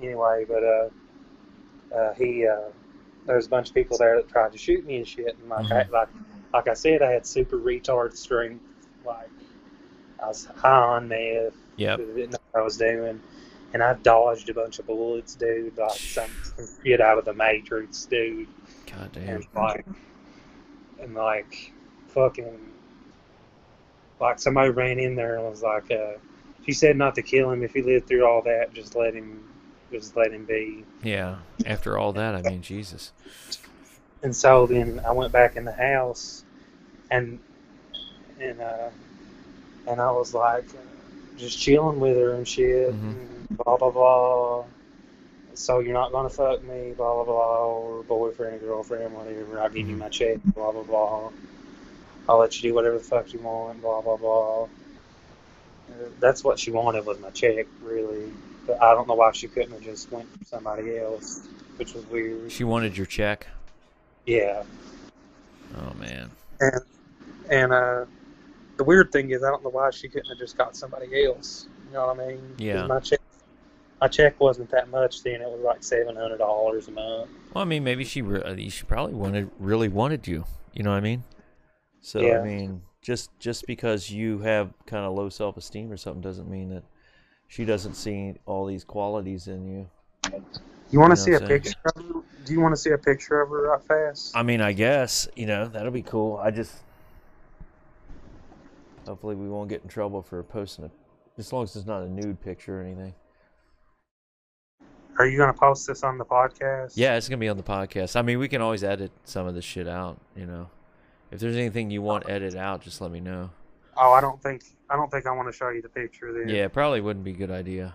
Speaker 2: anyway, but uh uh he uh there was a bunch of people there that tried to shoot me and shit and like I, like like I said I had super retard strength like I was high on meth
Speaker 1: Yep.
Speaker 2: I didn't know what I was doing. And I dodged a bunch of bullets, dude, like some shit out of the Matrix, dude.
Speaker 1: God damn.
Speaker 2: And like, and like, fucking, like somebody ran in there and was like, uh, she said not to kill him. If he lived through all that, just let him, just let him be.
Speaker 1: Yeah. After all that, I mean, Jesus.
Speaker 2: And so then I went back in the house, and and uh, and I was like, uh, just chilling with her and shit,
Speaker 1: Mhm.
Speaker 2: and blah blah blah. So you're not gonna fuck me, blah blah blah, or boyfriend, girlfriend, whatever. I'll give you
Speaker 1: Mhm.
Speaker 2: my check, blah blah blah. I'll let you do whatever the fuck you want, blah blah blah. Uh, That's what she wanted was my check, really. But I don't know why she couldn't have just went for somebody else, which was weird.
Speaker 1: She wanted your check.
Speaker 2: Yeah.
Speaker 1: Oh man.
Speaker 2: And uh, the weird thing is, I don't know why she couldn't have just got somebody else. You know what I mean? 'Cause
Speaker 1: Yeah.
Speaker 2: My check, my check wasn't that much then. It was like seven hundred dollars a month.
Speaker 1: Well, I mean, maybe she re- uh, she probably wanted really wanted you. You know what I mean? So I
Speaker 2: Yeah.
Speaker 1: mean, just just because you have kind of low self esteem or something doesn't mean that she doesn't see all these qualities in you.
Speaker 2: You want
Speaker 1: know
Speaker 2: to see a
Speaker 1: what I'm saying?
Speaker 2: picture? Of her? Do you want to see a picture of her right fast?
Speaker 1: I mean, I guess you know that'll be cool. I just hopefully we won't get in trouble for posting it, as long as it's not a nude picture or anything.
Speaker 2: Are you gonna post this on the podcast?
Speaker 1: Yeah, it's gonna be on the podcast. I mean, we can always edit some of this shit out. You know, if there's anything you want edited out, just let me know.
Speaker 2: Oh, I don't think I don't think I want to show you the picture then.
Speaker 1: Yeah, it probably wouldn't be a good idea.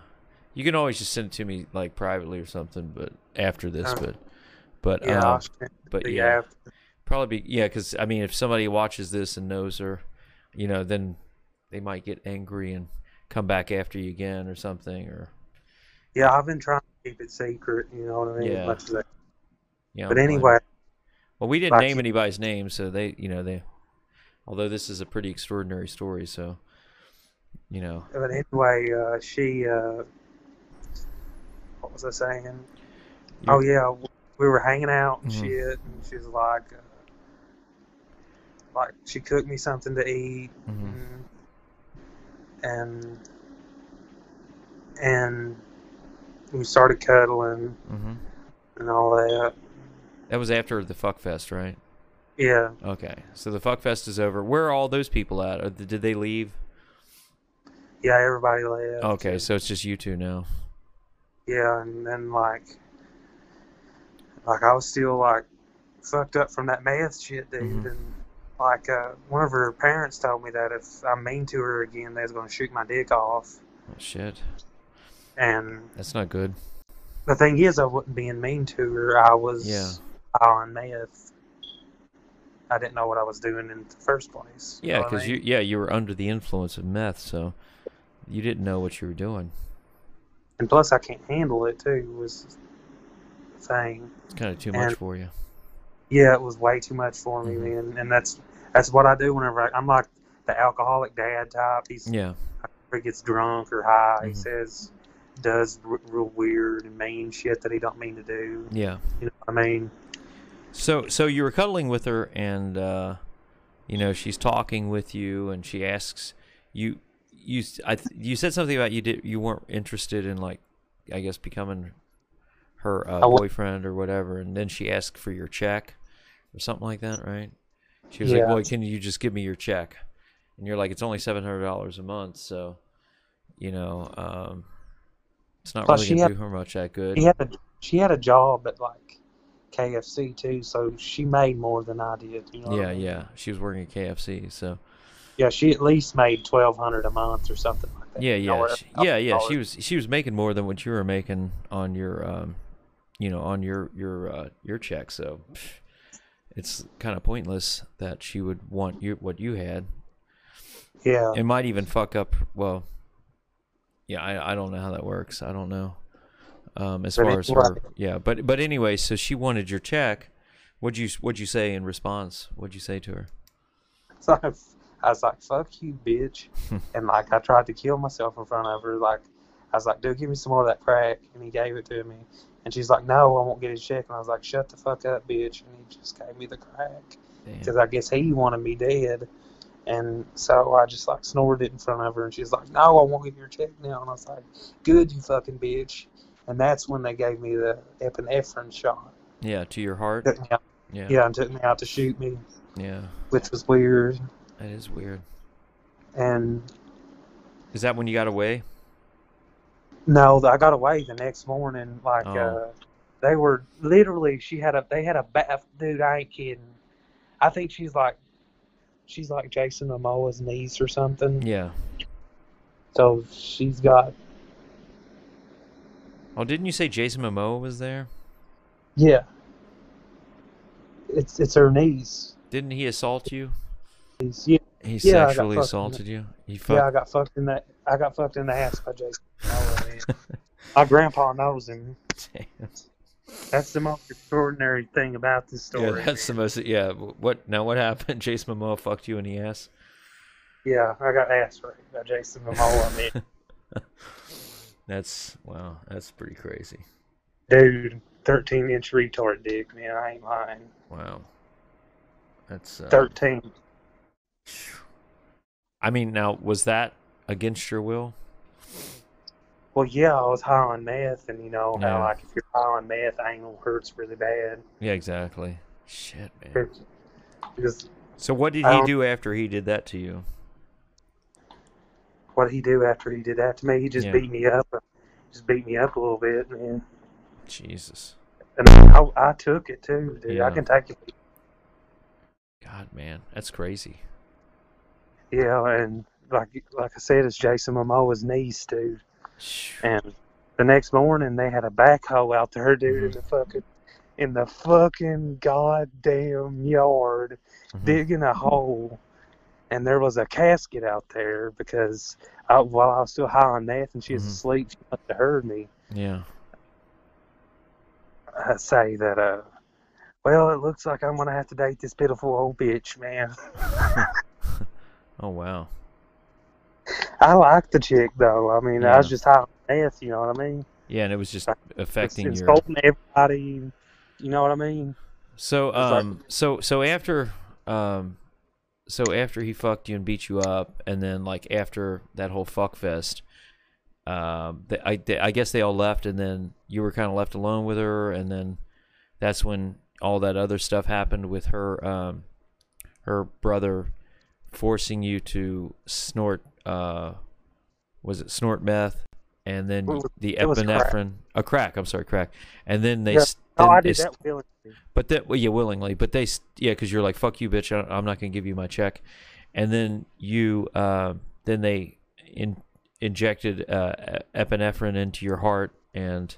Speaker 1: You can always just send it to me like privately or something, but after this,
Speaker 2: Uh,
Speaker 1: but but
Speaker 2: Yeah. I'll
Speaker 1: um,
Speaker 2: send it
Speaker 1: but
Speaker 2: to you
Speaker 1: yeah,
Speaker 2: after.
Speaker 1: probably be, yeah, because I mean, if somebody watches this and knows her, you know, then they might get angry and come back after you again or something, or
Speaker 2: Yeah, I've been trying to keep it secret. You know what I mean?
Speaker 1: Yeah.
Speaker 2: Much as I-
Speaker 1: you know.
Speaker 2: But anyway,
Speaker 1: well, we didn't
Speaker 2: like-
Speaker 1: name anybody's name, so they, you know, they. Although this is a pretty extraordinary story, so you know,
Speaker 2: but anyway, uh, she. Uh, what was I saying?
Speaker 1: You-
Speaker 2: Oh yeah, we were hanging out and
Speaker 1: Mhm.
Speaker 2: shit, and she was like, uh, like she cooked me something to eat,
Speaker 1: Mhm.
Speaker 2: and and we started cuddling
Speaker 1: Mm-hmm.
Speaker 2: and all that.
Speaker 1: That was after the fuck fest, right?
Speaker 2: Yeah,
Speaker 1: Okay, so the fuck fest is over. Where are all those people at? Or did they leave?
Speaker 2: yeah, everybody left.
Speaker 1: Okay,
Speaker 2: and-
Speaker 1: so it's just you two now.
Speaker 2: Yeah, and then like, like I was still like fucked up from that meth shit, dude.
Speaker 1: Mhm.
Speaker 2: And like, uh, one of her parents told me that if I'm mean to her again, they was gonna shoot my dick off.
Speaker 1: Oh, shit,
Speaker 2: And
Speaker 1: that's not good.
Speaker 2: the thing is, I wasn't being mean to her. I was
Speaker 1: Yeah.
Speaker 2: on meth. I didn't know what I was doing in the first place.
Speaker 1: Yeah, because you yeah you were under the influence of meth, so you didn't know what you were doing.
Speaker 2: And plus, I can't handle it too. Was the thing.
Speaker 1: It's kind of too much
Speaker 2: And-
Speaker 1: for you.
Speaker 2: Yeah, it was way too much for me,
Speaker 1: Mhm.
Speaker 2: man. And that's that's what I do whenever I, I'm like the alcoholic dad type. He's
Speaker 1: Yeah.
Speaker 2: he gets drunk or high. He
Speaker 1: Mhm.
Speaker 2: says does r- real weird and mean shit that he don't mean to do.
Speaker 1: Yeah.
Speaker 2: You know what I mean?
Speaker 1: So so you were cuddling with her and uh you know she's talking with you and she asks you you s- I th- you said something about you did you weren't interested in like I guess becoming her uh,
Speaker 2: I wa-
Speaker 1: boyfriend or whatever and then she asked for your check or something like that, right? She was
Speaker 2: Yeah.
Speaker 1: like, "Well, can you just give me your check?" And you're like, "It's only $700 a month, so you know, um it's not
Speaker 2: Plus,
Speaker 1: really
Speaker 2: she
Speaker 1: going to
Speaker 2: had-
Speaker 1: do her much that good."
Speaker 2: He had a she had a job at like KFC too, so she made more than I did. You know what I
Speaker 1: yeah,
Speaker 2: mean?
Speaker 1: yeah. She was working at KFC, so
Speaker 2: yeah. She at least made twelve hundred a month or something like that.
Speaker 1: Yeah,
Speaker 2: you know,
Speaker 1: yeah,
Speaker 2: or
Speaker 1: she, yeah, yeah. She
Speaker 2: $1,000.
Speaker 1: was she was making more than what you were making on your, um, you know, on your your uh, your check. So pff, it's kind of pointless that she would want you what you had.
Speaker 2: yeah.
Speaker 1: It might even fuck up. Well, yeah, I I don't know how that works. I don't know. Um, as
Speaker 2: But
Speaker 1: far as her,
Speaker 2: anyway.
Speaker 1: yeah, but but anyway, so she wanted your check. What'd you what'd you say in response? What'd you say to her?
Speaker 2: So I, I was like, "Fuck you, bitch," and like I tried to kill myself in front of her. Like I was like, "Dude, give me some more of that crack," and he gave it to me. And she's like, "No, I won't get his check." And I was like, "Shut the fuck up, bitch!" And he just gave me the crack
Speaker 1: Damn.
Speaker 2: because I guess he wanted me dead. And so I just like snorted it in front of her, and she's like, "No, I won't give your check now." And I was like, "Good, you fucking bitch." And that's when they gave me the epinephrine shot.
Speaker 1: Yeah, to your heart.
Speaker 2: Took me out,
Speaker 1: Yeah,
Speaker 2: yeah, and took me out to shoot me,
Speaker 1: yeah.
Speaker 2: which was weird.
Speaker 1: That is weird.
Speaker 2: And
Speaker 1: Is that when you got away?
Speaker 2: No, I got away the next morning. Like
Speaker 1: Oh.
Speaker 2: uh, they were literally, she had a, they had a bath. Dude, I ain't kidding. I think she's like, she's like Jason Momoa's niece or something.
Speaker 1: Yeah.
Speaker 2: So she's got,
Speaker 1: Oh, didn't you say Jason Momoa was there?
Speaker 2: yeah. It's it's her niece.
Speaker 1: Didn't he assault you?
Speaker 2: It's- yeah,
Speaker 1: He
Speaker 2: Yeah, I got
Speaker 1: sexually
Speaker 2: fucked in
Speaker 1: assaulted you. He
Speaker 2: yeah, I
Speaker 1: fucked.
Speaker 2: got fucked in the, I got fucked in the ass by Jason Momoa. man. My grandpa knows him. That's the most extraordinary thing about this
Speaker 1: Yeah,
Speaker 2: story.
Speaker 1: that's the most. Yeah. What now? What happened? Jason Momoa fucked you in the ass.
Speaker 2: Yeah, I got ass raped by Jason Momoa, man.
Speaker 1: That's wow. That's pretty crazy.
Speaker 2: Dude, 13 inch retard dick, man. I ain't lying.
Speaker 1: Wow. That's. Uh,
Speaker 2: 13.
Speaker 1: I mean, now was that against your will?
Speaker 2: Well, yeah, I was high on meth, and you know how,
Speaker 1: Yeah.
Speaker 2: like, if you're high on meth, anal hurts really bad.
Speaker 1: Yeah, exactly. Shit, man.
Speaker 2: Because
Speaker 1: So what did
Speaker 2: I
Speaker 1: he
Speaker 2: don't-
Speaker 1: do after he did that to you?
Speaker 2: what he do after he did that to me? He just
Speaker 1: Yeah.
Speaker 2: beat me up. uh, Just beat me up a little bit, man.
Speaker 1: Jesus.
Speaker 2: And I, I took it, too, dude.
Speaker 1: Yeah.
Speaker 2: I can take it.
Speaker 1: God, man, that's crazy.
Speaker 2: Yeah, and like like I said, it's Jason Momoa's niece, dude. And the next morning, they had a backhoe out there,
Speaker 1: Mm-hmm.
Speaker 2: dude, in the fucking in the fucking goddamn yard,
Speaker 1: Mhm.
Speaker 2: digging a hole. And there was a casket out there because I, while I was still high on meth and she was
Speaker 1: Mhm.
Speaker 2: asleep, she must have heard me
Speaker 1: Yeah.
Speaker 2: uh, say that. uh well, it looks like I'm gonna have to date this pitiful old bitch, man.
Speaker 1: Oh wow.
Speaker 2: I like the chick though. I mean, I was
Speaker 1: Yeah.
Speaker 2: just high on meth, you know what I mean?
Speaker 1: Yeah, and it was just affecting
Speaker 2: it's
Speaker 1: your
Speaker 2: insulting everybody. You know what I mean?
Speaker 1: So
Speaker 2: like-
Speaker 1: um so so after um so after he fucked you and beat you up and then like after that whole fuck fest um they, I they, I guess they all left and then you were kind of left alone with her and then that's when all that other stuff happened with her um her brother forcing you to snort uh was it snort meth and then
Speaker 2: It was-
Speaker 1: the
Speaker 2: it was crack.
Speaker 1: epinephrine a crack I'm sorry crack and then they
Speaker 2: Yeah.
Speaker 1: s-
Speaker 2: Oh,
Speaker 1: then
Speaker 2: I
Speaker 1: they
Speaker 2: did
Speaker 1: s-
Speaker 2: that willingly.
Speaker 1: but that, well, yeah, willingly. But they, s- yeah, because you're like, fuck you, bitch. I, I'm not going to give you my check. And then you, uh, then they in, injected uh, e- epinephrine into your heart and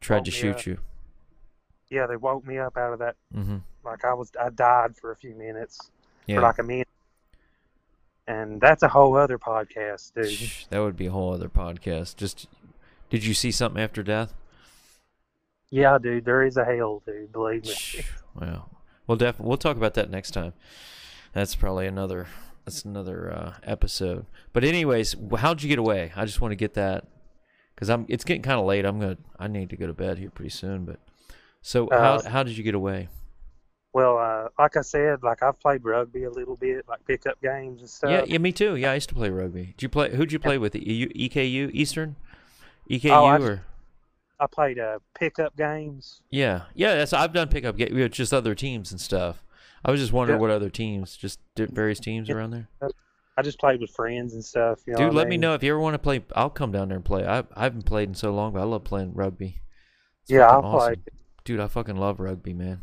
Speaker 1: tried
Speaker 2: Woke
Speaker 1: to
Speaker 2: me
Speaker 1: shoot
Speaker 2: up.
Speaker 1: you.
Speaker 2: Yeah, they woke me up out of that.
Speaker 1: Mm-hmm.
Speaker 2: Like I was, I died for a few minutes,
Speaker 1: Yeah,
Speaker 2: for like a minute. And that's a whole other podcast, dude.
Speaker 1: Shh, that would be a whole other podcast. Just, did you see something after death?
Speaker 2: Yeah, dude, there is a hell, dude. Believe me.
Speaker 1: Shh, wow. Well, def- we'll talk about that next time. That's probably another. That's another uh, episode. But anyways, wh- how'd you get away? I just want to get that because I'm. It's getting kind of late. I'm gonna. I need to go to bed here pretty soon. But so
Speaker 2: Uh,
Speaker 1: how how did you get away?
Speaker 2: Well, uh, like I said, like I've played rugby a little bit, like pickup games and stuff.
Speaker 1: yeah, yeah, me too. Yeah, I used to play rugby. Did you play? Who'd you play with? E, The EU, EKU Eastern, EKU
Speaker 2: Oh, I-
Speaker 1: or
Speaker 2: I played uh, pickup games.
Speaker 1: yeah, yeah. That's I've done pickup. ga- you know, Just other teams and stuff. I was just wondering
Speaker 2: Yeah.
Speaker 1: what other teams, just di- various teams
Speaker 2: Yeah.
Speaker 1: around there.
Speaker 2: I just played with friends and stuff. You know
Speaker 1: Dude,
Speaker 2: what I
Speaker 1: let me
Speaker 2: mean?
Speaker 1: know if you ever want to play. I'll come down there and play. I, I haven't played in so long, but I love playing rugby. It's
Speaker 2: Yeah, I'll
Speaker 1: fucking
Speaker 2: play.
Speaker 1: Dude, I fucking love rugby, man.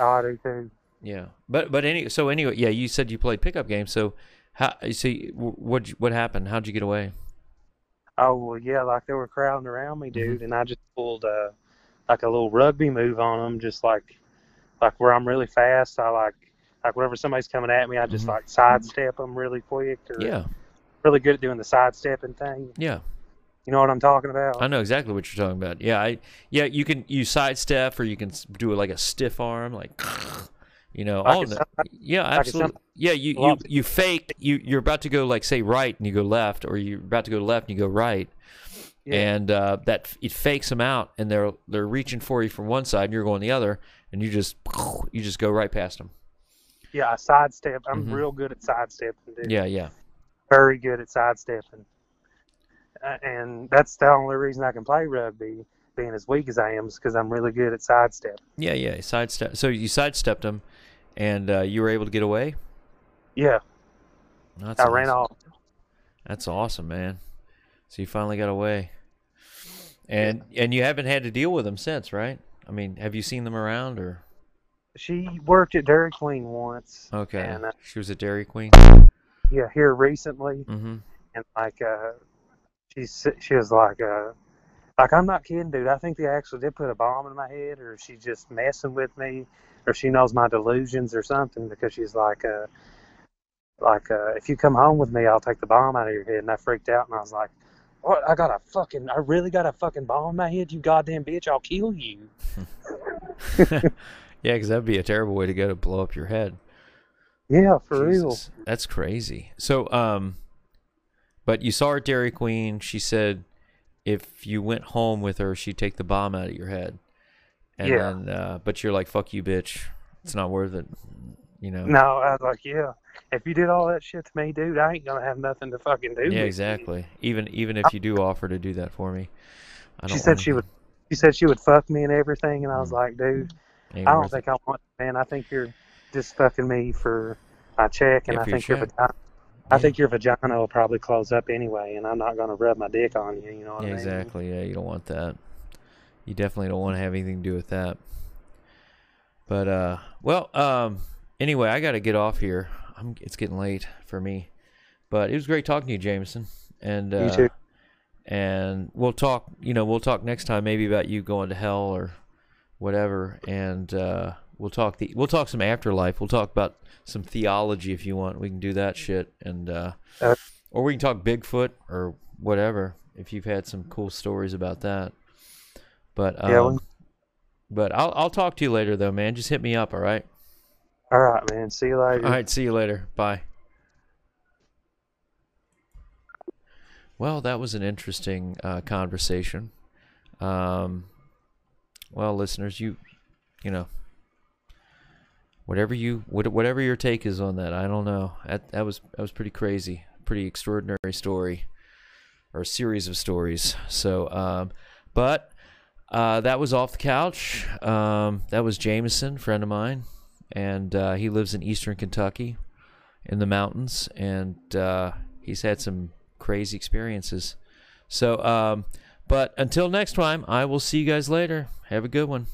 Speaker 2: I do too.
Speaker 1: Yeah, but but any so anyway, yeah. You said you played pickup games, so how? So you- wh- what what happened? How'd you get away?
Speaker 2: Oh well, yeah, like they were crowding around
Speaker 1: Mm-hmm.
Speaker 2: me, dude, and I just pulled uh, like a little rugby move on them, just like like where I'm really fast. I like like whenever somebody's coming at me, I just
Speaker 1: Mhm.
Speaker 2: like sidestep them really quick, or
Speaker 1: Yeah,
Speaker 2: really good at doing the sidestepping thing.
Speaker 1: yeah.
Speaker 2: You know what I'm talking about?
Speaker 1: I know exactly what you're talking about. Yeah, I yeah. You can you sidestep or you can s- do like a stiff arm, like you know.
Speaker 2: Like
Speaker 1: all
Speaker 2: it's
Speaker 1: the-
Speaker 2: something-
Speaker 1: yeah,
Speaker 2: like it's
Speaker 1: absolutely. Yeah, you you
Speaker 2: Well-
Speaker 1: you fake. You you're about to go like say right and you go left, or you're about to go left and you go right.
Speaker 2: Yeah.
Speaker 1: and uh, that it fakes them out, and they're they're reaching for you from one side, and you're going the other, and you just you just go right past them.
Speaker 2: yeah, I sidestep. I'm
Speaker 1: Mhm.
Speaker 2: real good at sidestepping, dude.
Speaker 1: Yeah, yeah,
Speaker 2: very good at sidestepping. Uh, and that's the only reason I can play rugby, being as weak as I am, is because I'm really good at sidestepping.
Speaker 1: yeah, yeah. Sidestep. So you sidestepped them, and uh, you were able to get away.
Speaker 2: Yeah,
Speaker 1: That's
Speaker 2: I
Speaker 1: awesome.
Speaker 2: ran off.
Speaker 1: That's awesome, man. So you finally got away, and and you haven't had to deal with them since, right? I mean, have you seen them around or?
Speaker 2: She worked at Dairy Queen once.
Speaker 1: Okay,
Speaker 2: And, uh,
Speaker 1: she was a Dairy Queen.
Speaker 2: Yeah, here recently,
Speaker 1: Mm-hmm.
Speaker 2: and like uh, she s- she was like uh, like I'm not kidding, dude. I think they actually did put a bomb in my head, or she's just messing with me, or she knows my delusions or something because she's like uh, like uh, if you come home with me, I'll take the bomb out of your head. And I freaked out, and I was like, what? I got a fucking, I really got a fucking bomb in my head, you goddamn bitch! I'll kill you.
Speaker 1: yeah, because that'd be a terrible way to go to blow up your head.
Speaker 2: Yeah, for real.
Speaker 1: Jesus, That's crazy. So, um, but you saw her at Dairy Queen. She said if you went home with her, she'd take the bomb out of your head. And
Speaker 2: Yeah.
Speaker 1: then, uh, but you're like, fuck you, bitch. It's not worth it. You know?
Speaker 2: No, I was like, yeah. If you did all that shit to me, dude, I ain't gonna have nothing to fucking do. with
Speaker 1: yeah,
Speaker 2: you.
Speaker 1: exactly. Even even if you do offer to do that for me, I don't
Speaker 2: She said
Speaker 1: wanna- Mm.
Speaker 2: she would. She said she would fuck me and everything, and I was like, dude,
Speaker 1: ain't
Speaker 2: I don't
Speaker 1: worth it.
Speaker 2: think I want, man. I think you're just fucking me for my check, and
Speaker 1: Yeah,
Speaker 2: I
Speaker 1: for your
Speaker 2: think your
Speaker 1: check.
Speaker 2: vagina. I
Speaker 1: Yeah.
Speaker 2: think your vagina will probably close up anyway, and I'm not gonna rub my dick on you. You know what
Speaker 1: Yeah,
Speaker 2: I mean?
Speaker 1: exactly. Yeah, you don't want that. You definitely don't want to have anything to do with that. But uh, well, um, anyway, I got to get off here. I'm, it's getting late for me. But it was great talking to you, Jameson. And uh,
Speaker 2: You too.
Speaker 1: And we'll talk. You know, we'll talk next time maybe about you going to hell or whatever. And uh, we'll talk the we'll talk some afterlife. We'll talk about some theology if you want. We can do that shit. And uh,
Speaker 2: Uh,
Speaker 1: or we can talk Bigfoot or whatever if you've had some cool stories about that. But um,
Speaker 2: Yeah, we-
Speaker 1: but I'll I'll talk to you later though, man. Just hit me up, all right?
Speaker 2: All right, man. See you later.
Speaker 1: All right, see you later. Bye. Well, that was an interesting uh, conversation. Um, well, listeners, you you know, whatever you what- whatever your take is on that, I don't know. That that was that was pretty crazy, pretty extraordinary story, or series of stories. So, um, but uh, that was off the couch. Um, that was Jameson, friend of mine, and uh, he lives in Eastern Kentucky, in the mountains, and uh, he's had some crazy experiences. So, um, but until next time, I will see you guys later. Have a good one.